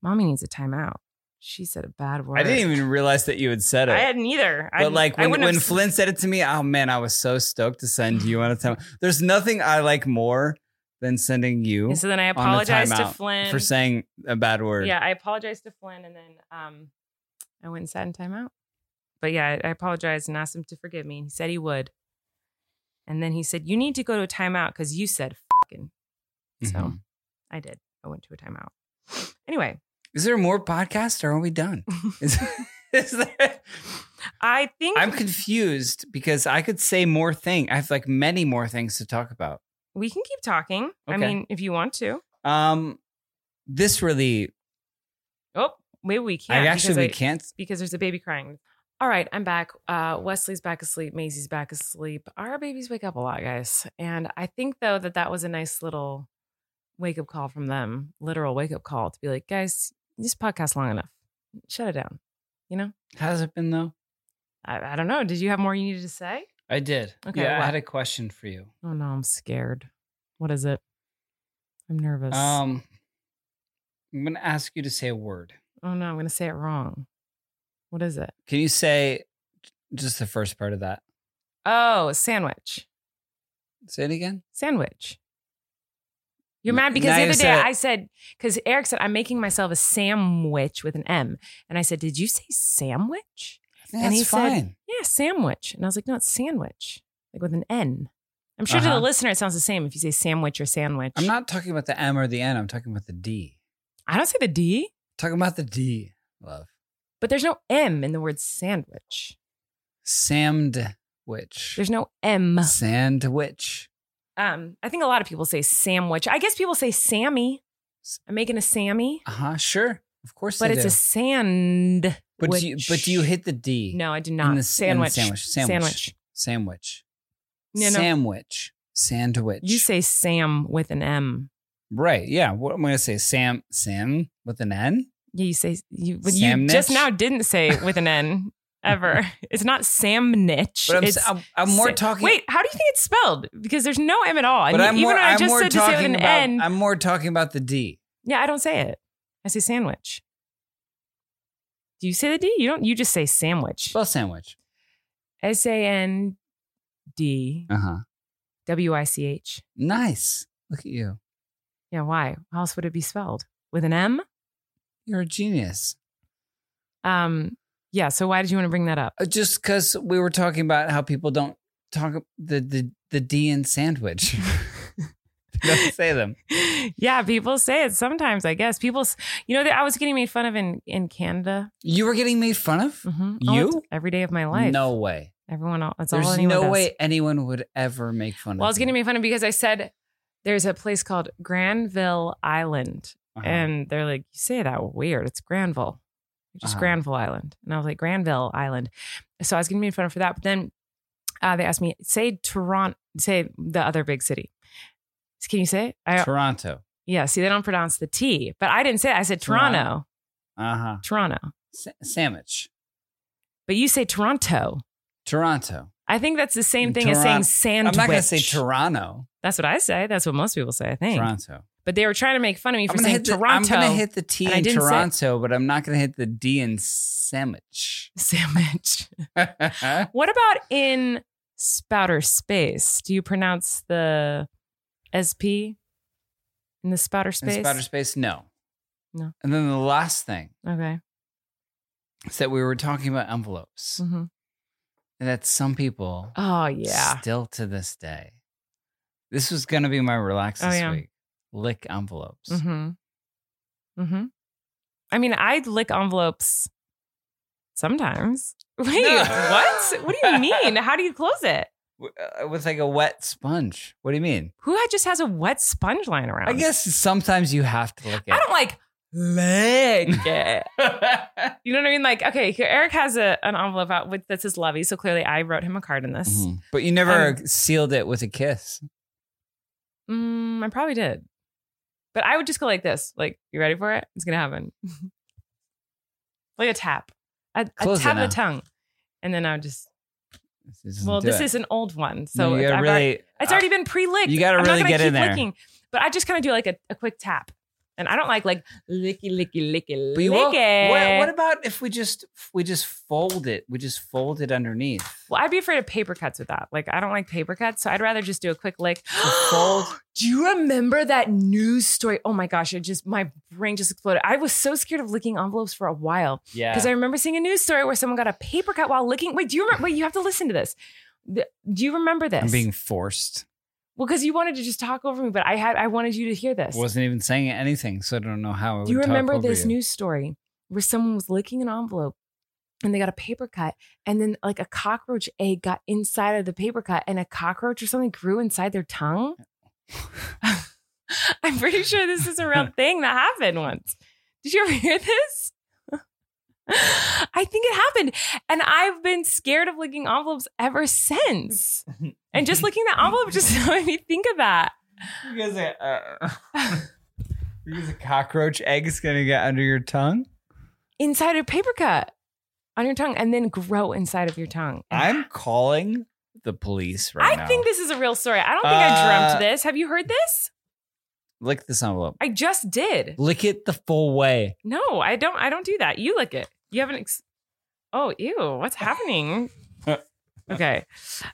mommy needs a timeout she said a bad word
I didn't even realize that you had said it.
i hadn't either I,
But like
I
when,
wouldn't
when
have-
Flynn said it to me, oh man, I was so stoked to send you on a time. There's nothing I like more than sending you
And so then i
the
apologized to
timeout
flynn
for saying a bad word.
yeah i apologized to flynn and then um i went and sat in timeout but yeah I, I apologized and asked him to forgive me and he said he would and then he said you need to go to a timeout because you said fucking
Mhm.
so i did i went to a timeout anyway
Is there more podcast or are we done? Is, is there,
i think
I'm confused because I could say more thing. I have like many more things to talk about.
We can keep talking. I
Okay.
mean, if you want to.
Um, this really,
Oh, maybe we can.
I
because
actually we
I-
can't.
Because there's a baby crying. All right, I'm back. Uh, Wesley's back asleep. Maisie's back asleep. Our babies wake up a lot, guys. And I think, though, that that was a nice little wake up call from them, literal wake up call to be like, guys, this podcast long enough. Shut it down. You know?
How's it been though?
I, I don't know. Did you have more you needed to say?
I did.
Okay,
yeah, I
what?
had a question for you.
Oh, no, I'm scared. What is it? I'm nervous.
Um, I'm gonna ask you to say a word.
oh, no, I'm going to say it wrong. What is it?
Can you say just the first part of that?
Oh, sandwich.
Say it again.
Sandwich. You're
N-
mad because
now
the
you
other day
said it.
I said, because Eric said, I'm making myself a sandwich with an M. And I said, Did you say sandwich?
I
And
think that's
he said-
fine.
Yeah, sandwich. And I was like, No, it's sandwich, like with an N. I'm sure to
Uh-huh.
the listener, it sounds the same if you say sandwich or sandwich.
I'm not talking about the M or the N. I'm talking about the D.
I don't say the D,
Talking about the D. Love.
but there's no M in the word sandwich.
Sandwich.
There's no M.
Sandwich.
Um, I think a lot of people say sandwich. I guess people say Sammy. I'm making a Sammy,
Uh huh. Sure. Of course.
but
they
it's
do.
a sand.
But do you, but do you hit the D?
No, I did
in
not.
the s- in the
sandwich.
sandwich. Sandwich.
Sandwich.
Sandwich.
No, no.
Sandwich. Sandwich.
You say Sam with an M.
right. Yeah. What am I gonna say? Sam. Sam with an N.
Yeah, you say you. But you
Samnitch?
just now didn't say with an N ever. it's not Samnitch.
But I'm,
it's
s- I'm, I'm more
Sa-
talking.
Wait, how do you think it's spelled? Because there's no M at all.
But
and
I'm
even
more.
when I
I'm
just
more
said to say with
talking
an
about.
N,
I'm more talking about the D.
yeah, I don't say it. I say sandwich. Do you say the D? You don't. You just say sandwich.
Spell sandwich.
S A N D
Uh huh.
W I C H.
Nice. Look at you.
Yeah, why? How else would it be spelled with an M?
You're a genius.
Um, yeah. So why did you want to bring that up?
Uh, Just because we were talking about how people don't talk the the the D in sandwich. They don't say them.
yeah, people say it sometimes. I guess people, s- you know, that I was getting made fun of in in Canada.
You were getting made fun of.
Mhm.
Mm-hmm. You?
it's every day of my life.
No way.
everyone. el- That's all
There's
anyone
no
does.
way anyone would ever make fun
Well, I
of.
was getting
me.
made fun of because I said there's a place called
Uh-huh.
Granville Island, and they're like, you say that weird. It's Granville. just
Uh-huh.
Granville Island. And I was like, Granville Island. So I was going to be in front for that. But then uh, they asked me, say Toronto, say the other big city. Can you say it? I,
Toronto.
yeah, see, they don't pronounce the T, but I didn't say it. I said Toronto,
Toronto. Uh huh.
Toronto.
Sa- sandwich.
But you say Toronto.
Toronto.
I think that's the same thing as saying
Toron-
sandwich.
I'm not gonna say Toronto.
That's what I say. That's what most people say, I think.
Toronto.
But they were trying to make fun of me for
I'm gonna,
saying
hit the,
Toronto.
I'm gonna hit the T
and I
in
didn't say-
Toronto, but I'm not gonna hit the D in sandwich.
sandwich.
I
What about in spouter space? Do you pronounce the SP in the spouter
In
space?
spider space, no.
No.
And then the last thing
Okay.
is that we were talking about envelopes,
hmm
and that some people
Oh, yeah.
still to this day. This was gonna be my relax
Oh,
this
yeah.
week. Lick envelopes.
hmm hmm I mean, I lick envelopes sometimes. Wait,
No.
what? What do you mean? How do you close it?
W- uh, With like a wet sponge. What do you mean?
Who had- just has a wet sponge lying around?
I guess sometimes you have to lick it.
I don't like lick it. You know what I mean? Like, okay, here Eric has a, an envelope out with that says Lovey. So clearly I wrote him a card in this.
Mhm. But you never sealed it with a kiss.
Mm, I probably did. But I would just go like this. Like, you ready for it? It's gonna happen. like a tap. A, a
Close it
tap of
now.
the tongue. And then I would just
This doesn't
well,
do
this
it.
is an old one.
No,
So it's,
you gotta
I've already,
really,
it's already been pre-licked.
you gotta
I'm not
really
gonna
get
keep
in there.
licking. But I just kind of do like a, a quick tap. And I don't like like licky licky licky licky.
uh, But you will- What, what about if we just we just fold it? We just fold it underneath.
well, I'd be afraid of paper cuts with that. Like I don't like paper cuts, so I'd rather just do a quick lick.
fold.
Do you remember that news story? Oh my gosh, I just my brain just exploded. I was so scared of licking envelopes for a while
Yeah.
because I remember seeing a news story where someone got a paper cut while licking. Wait, do you remember? Wait, you have to listen to this. The- Do you remember this?
I'm being forced.
well, because you wanted to just talk over me, but I had I wanted you to hear this.
Wasn't even saying anything, so I don't know how. I would
do you
talk
remember
over
this
you.
news story where someone was licking an envelope and they got a paper cut and then like a cockroach egg got inside of the paper cut and a cockroach or something grew inside their tongue? I'm pretty sure this is a real thing that happened once. Did you ever hear this? I think it happened. And I've been scared of licking envelopes ever since. And just licking the envelope just made me think of that.
You guys are, uh, you guys a cockroach egg is gonna get under your tongue.
Inside a paper cut on your tongue and then grow inside of your tongue.
I'm calling the police right
I
now.
think this is a real story. I don't think I
Uh,
dreamt this. Have you heard this?
lick this envelope.
I just did.
Lick it the full way.
No, I don't. I don't do that. You lick it. You haven't. Ex- oh, ew! What's happening? okay,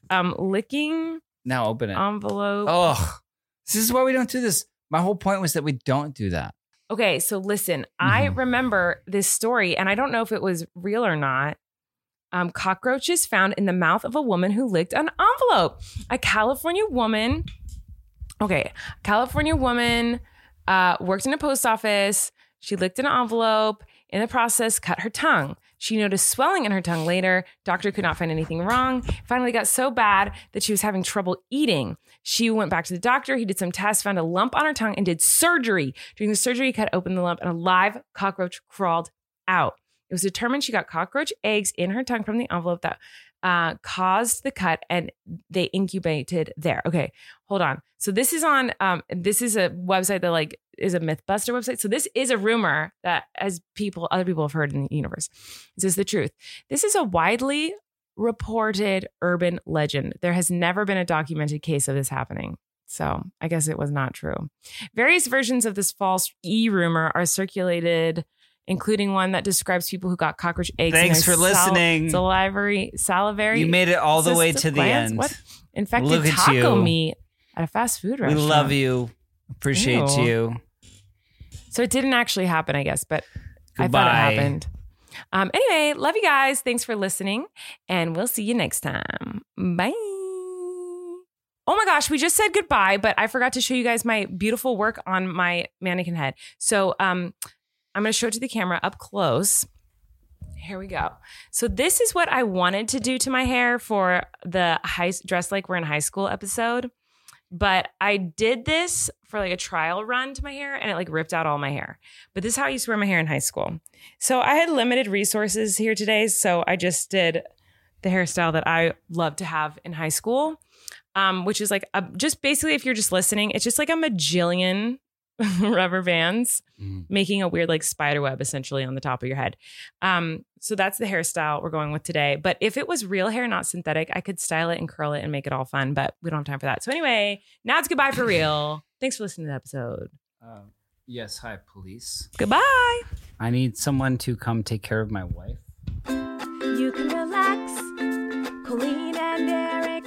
um, licking
Now open it.
envelope.
Oh, this is why we don't do this. My whole point was that we don't do that.
Okay, so listen, I
Mhm.
remember this story, and I don't know if it was real or not. Um, cockroaches found in the mouth of a woman who licked an envelope. A California woman, okay, California woman uh, worked in a post office. She licked an envelope. In the process, cut her tongue. She noticed swelling in her tongue later. Doctor could not find anything wrong. Finally, got so bad that she was having trouble eating. She went back to the doctor. He did some tests, found a lump on her tongue, and did surgery. During the surgery, he cut open the lump, and a live cockroach crawled out. It was determined she got cockroach eggs in her tongue from the envelope that uh, caused the cut, and they incubated there. Okay, hold on. So this is on. Um, this is a website that like is a MythBuster website. So this is a rumor that as people, other people have heard in the universe. This is the truth. This is a widely reported urban legend. There has never been a documented case of this happening. So I guess it was not true. Various versions of this false e rumor are circulated, including one that describes people who got cockroach eggs. in
Thanks
their
for
sal-
listening.
salivary, salivary.
You made it all the way to
Cystic
the
glands?
end.
What? infected
Look at
taco
you.
meat at a fast food
We
restaurant.
love you. Appreciate
Ew.
you.
So it didn't actually happen, I guess, but I
Goodbye.
thought it happened. Um, anyway, love you guys. Thanks for listening, and we'll see you next time. Bye. Oh my gosh, we just said goodbye, but I forgot to show you guys my beautiful work on my mannequin head. So um, I'm going to show it to the camera up close. Here we go. So this is what I wanted to do to my hair for the high dress like we're in high school episode, but I did this for like a trial run to my hair and it like ripped out all my hair. But this is how I used to wear my hair in high school. So I had limited resources here today. So I just did the hairstyle that I loved to have in high school, um, which is like a, just basically, if you're just listening, it's just like a majillion rubber bands
Mm.
making a weird like spider web essentially on the top of your head. Um, so that's the hairstyle we're going with today. But if it was real hair, not synthetic, I could style it and curl it and make it all fun, but we don't have time for that. So anyway, now it's goodbye for real. Thanks for listening to the episode.
Uh, yes, hi, police.
Goodbye.
I need someone to come take care of my wife.
You can relax. Colleen and Eric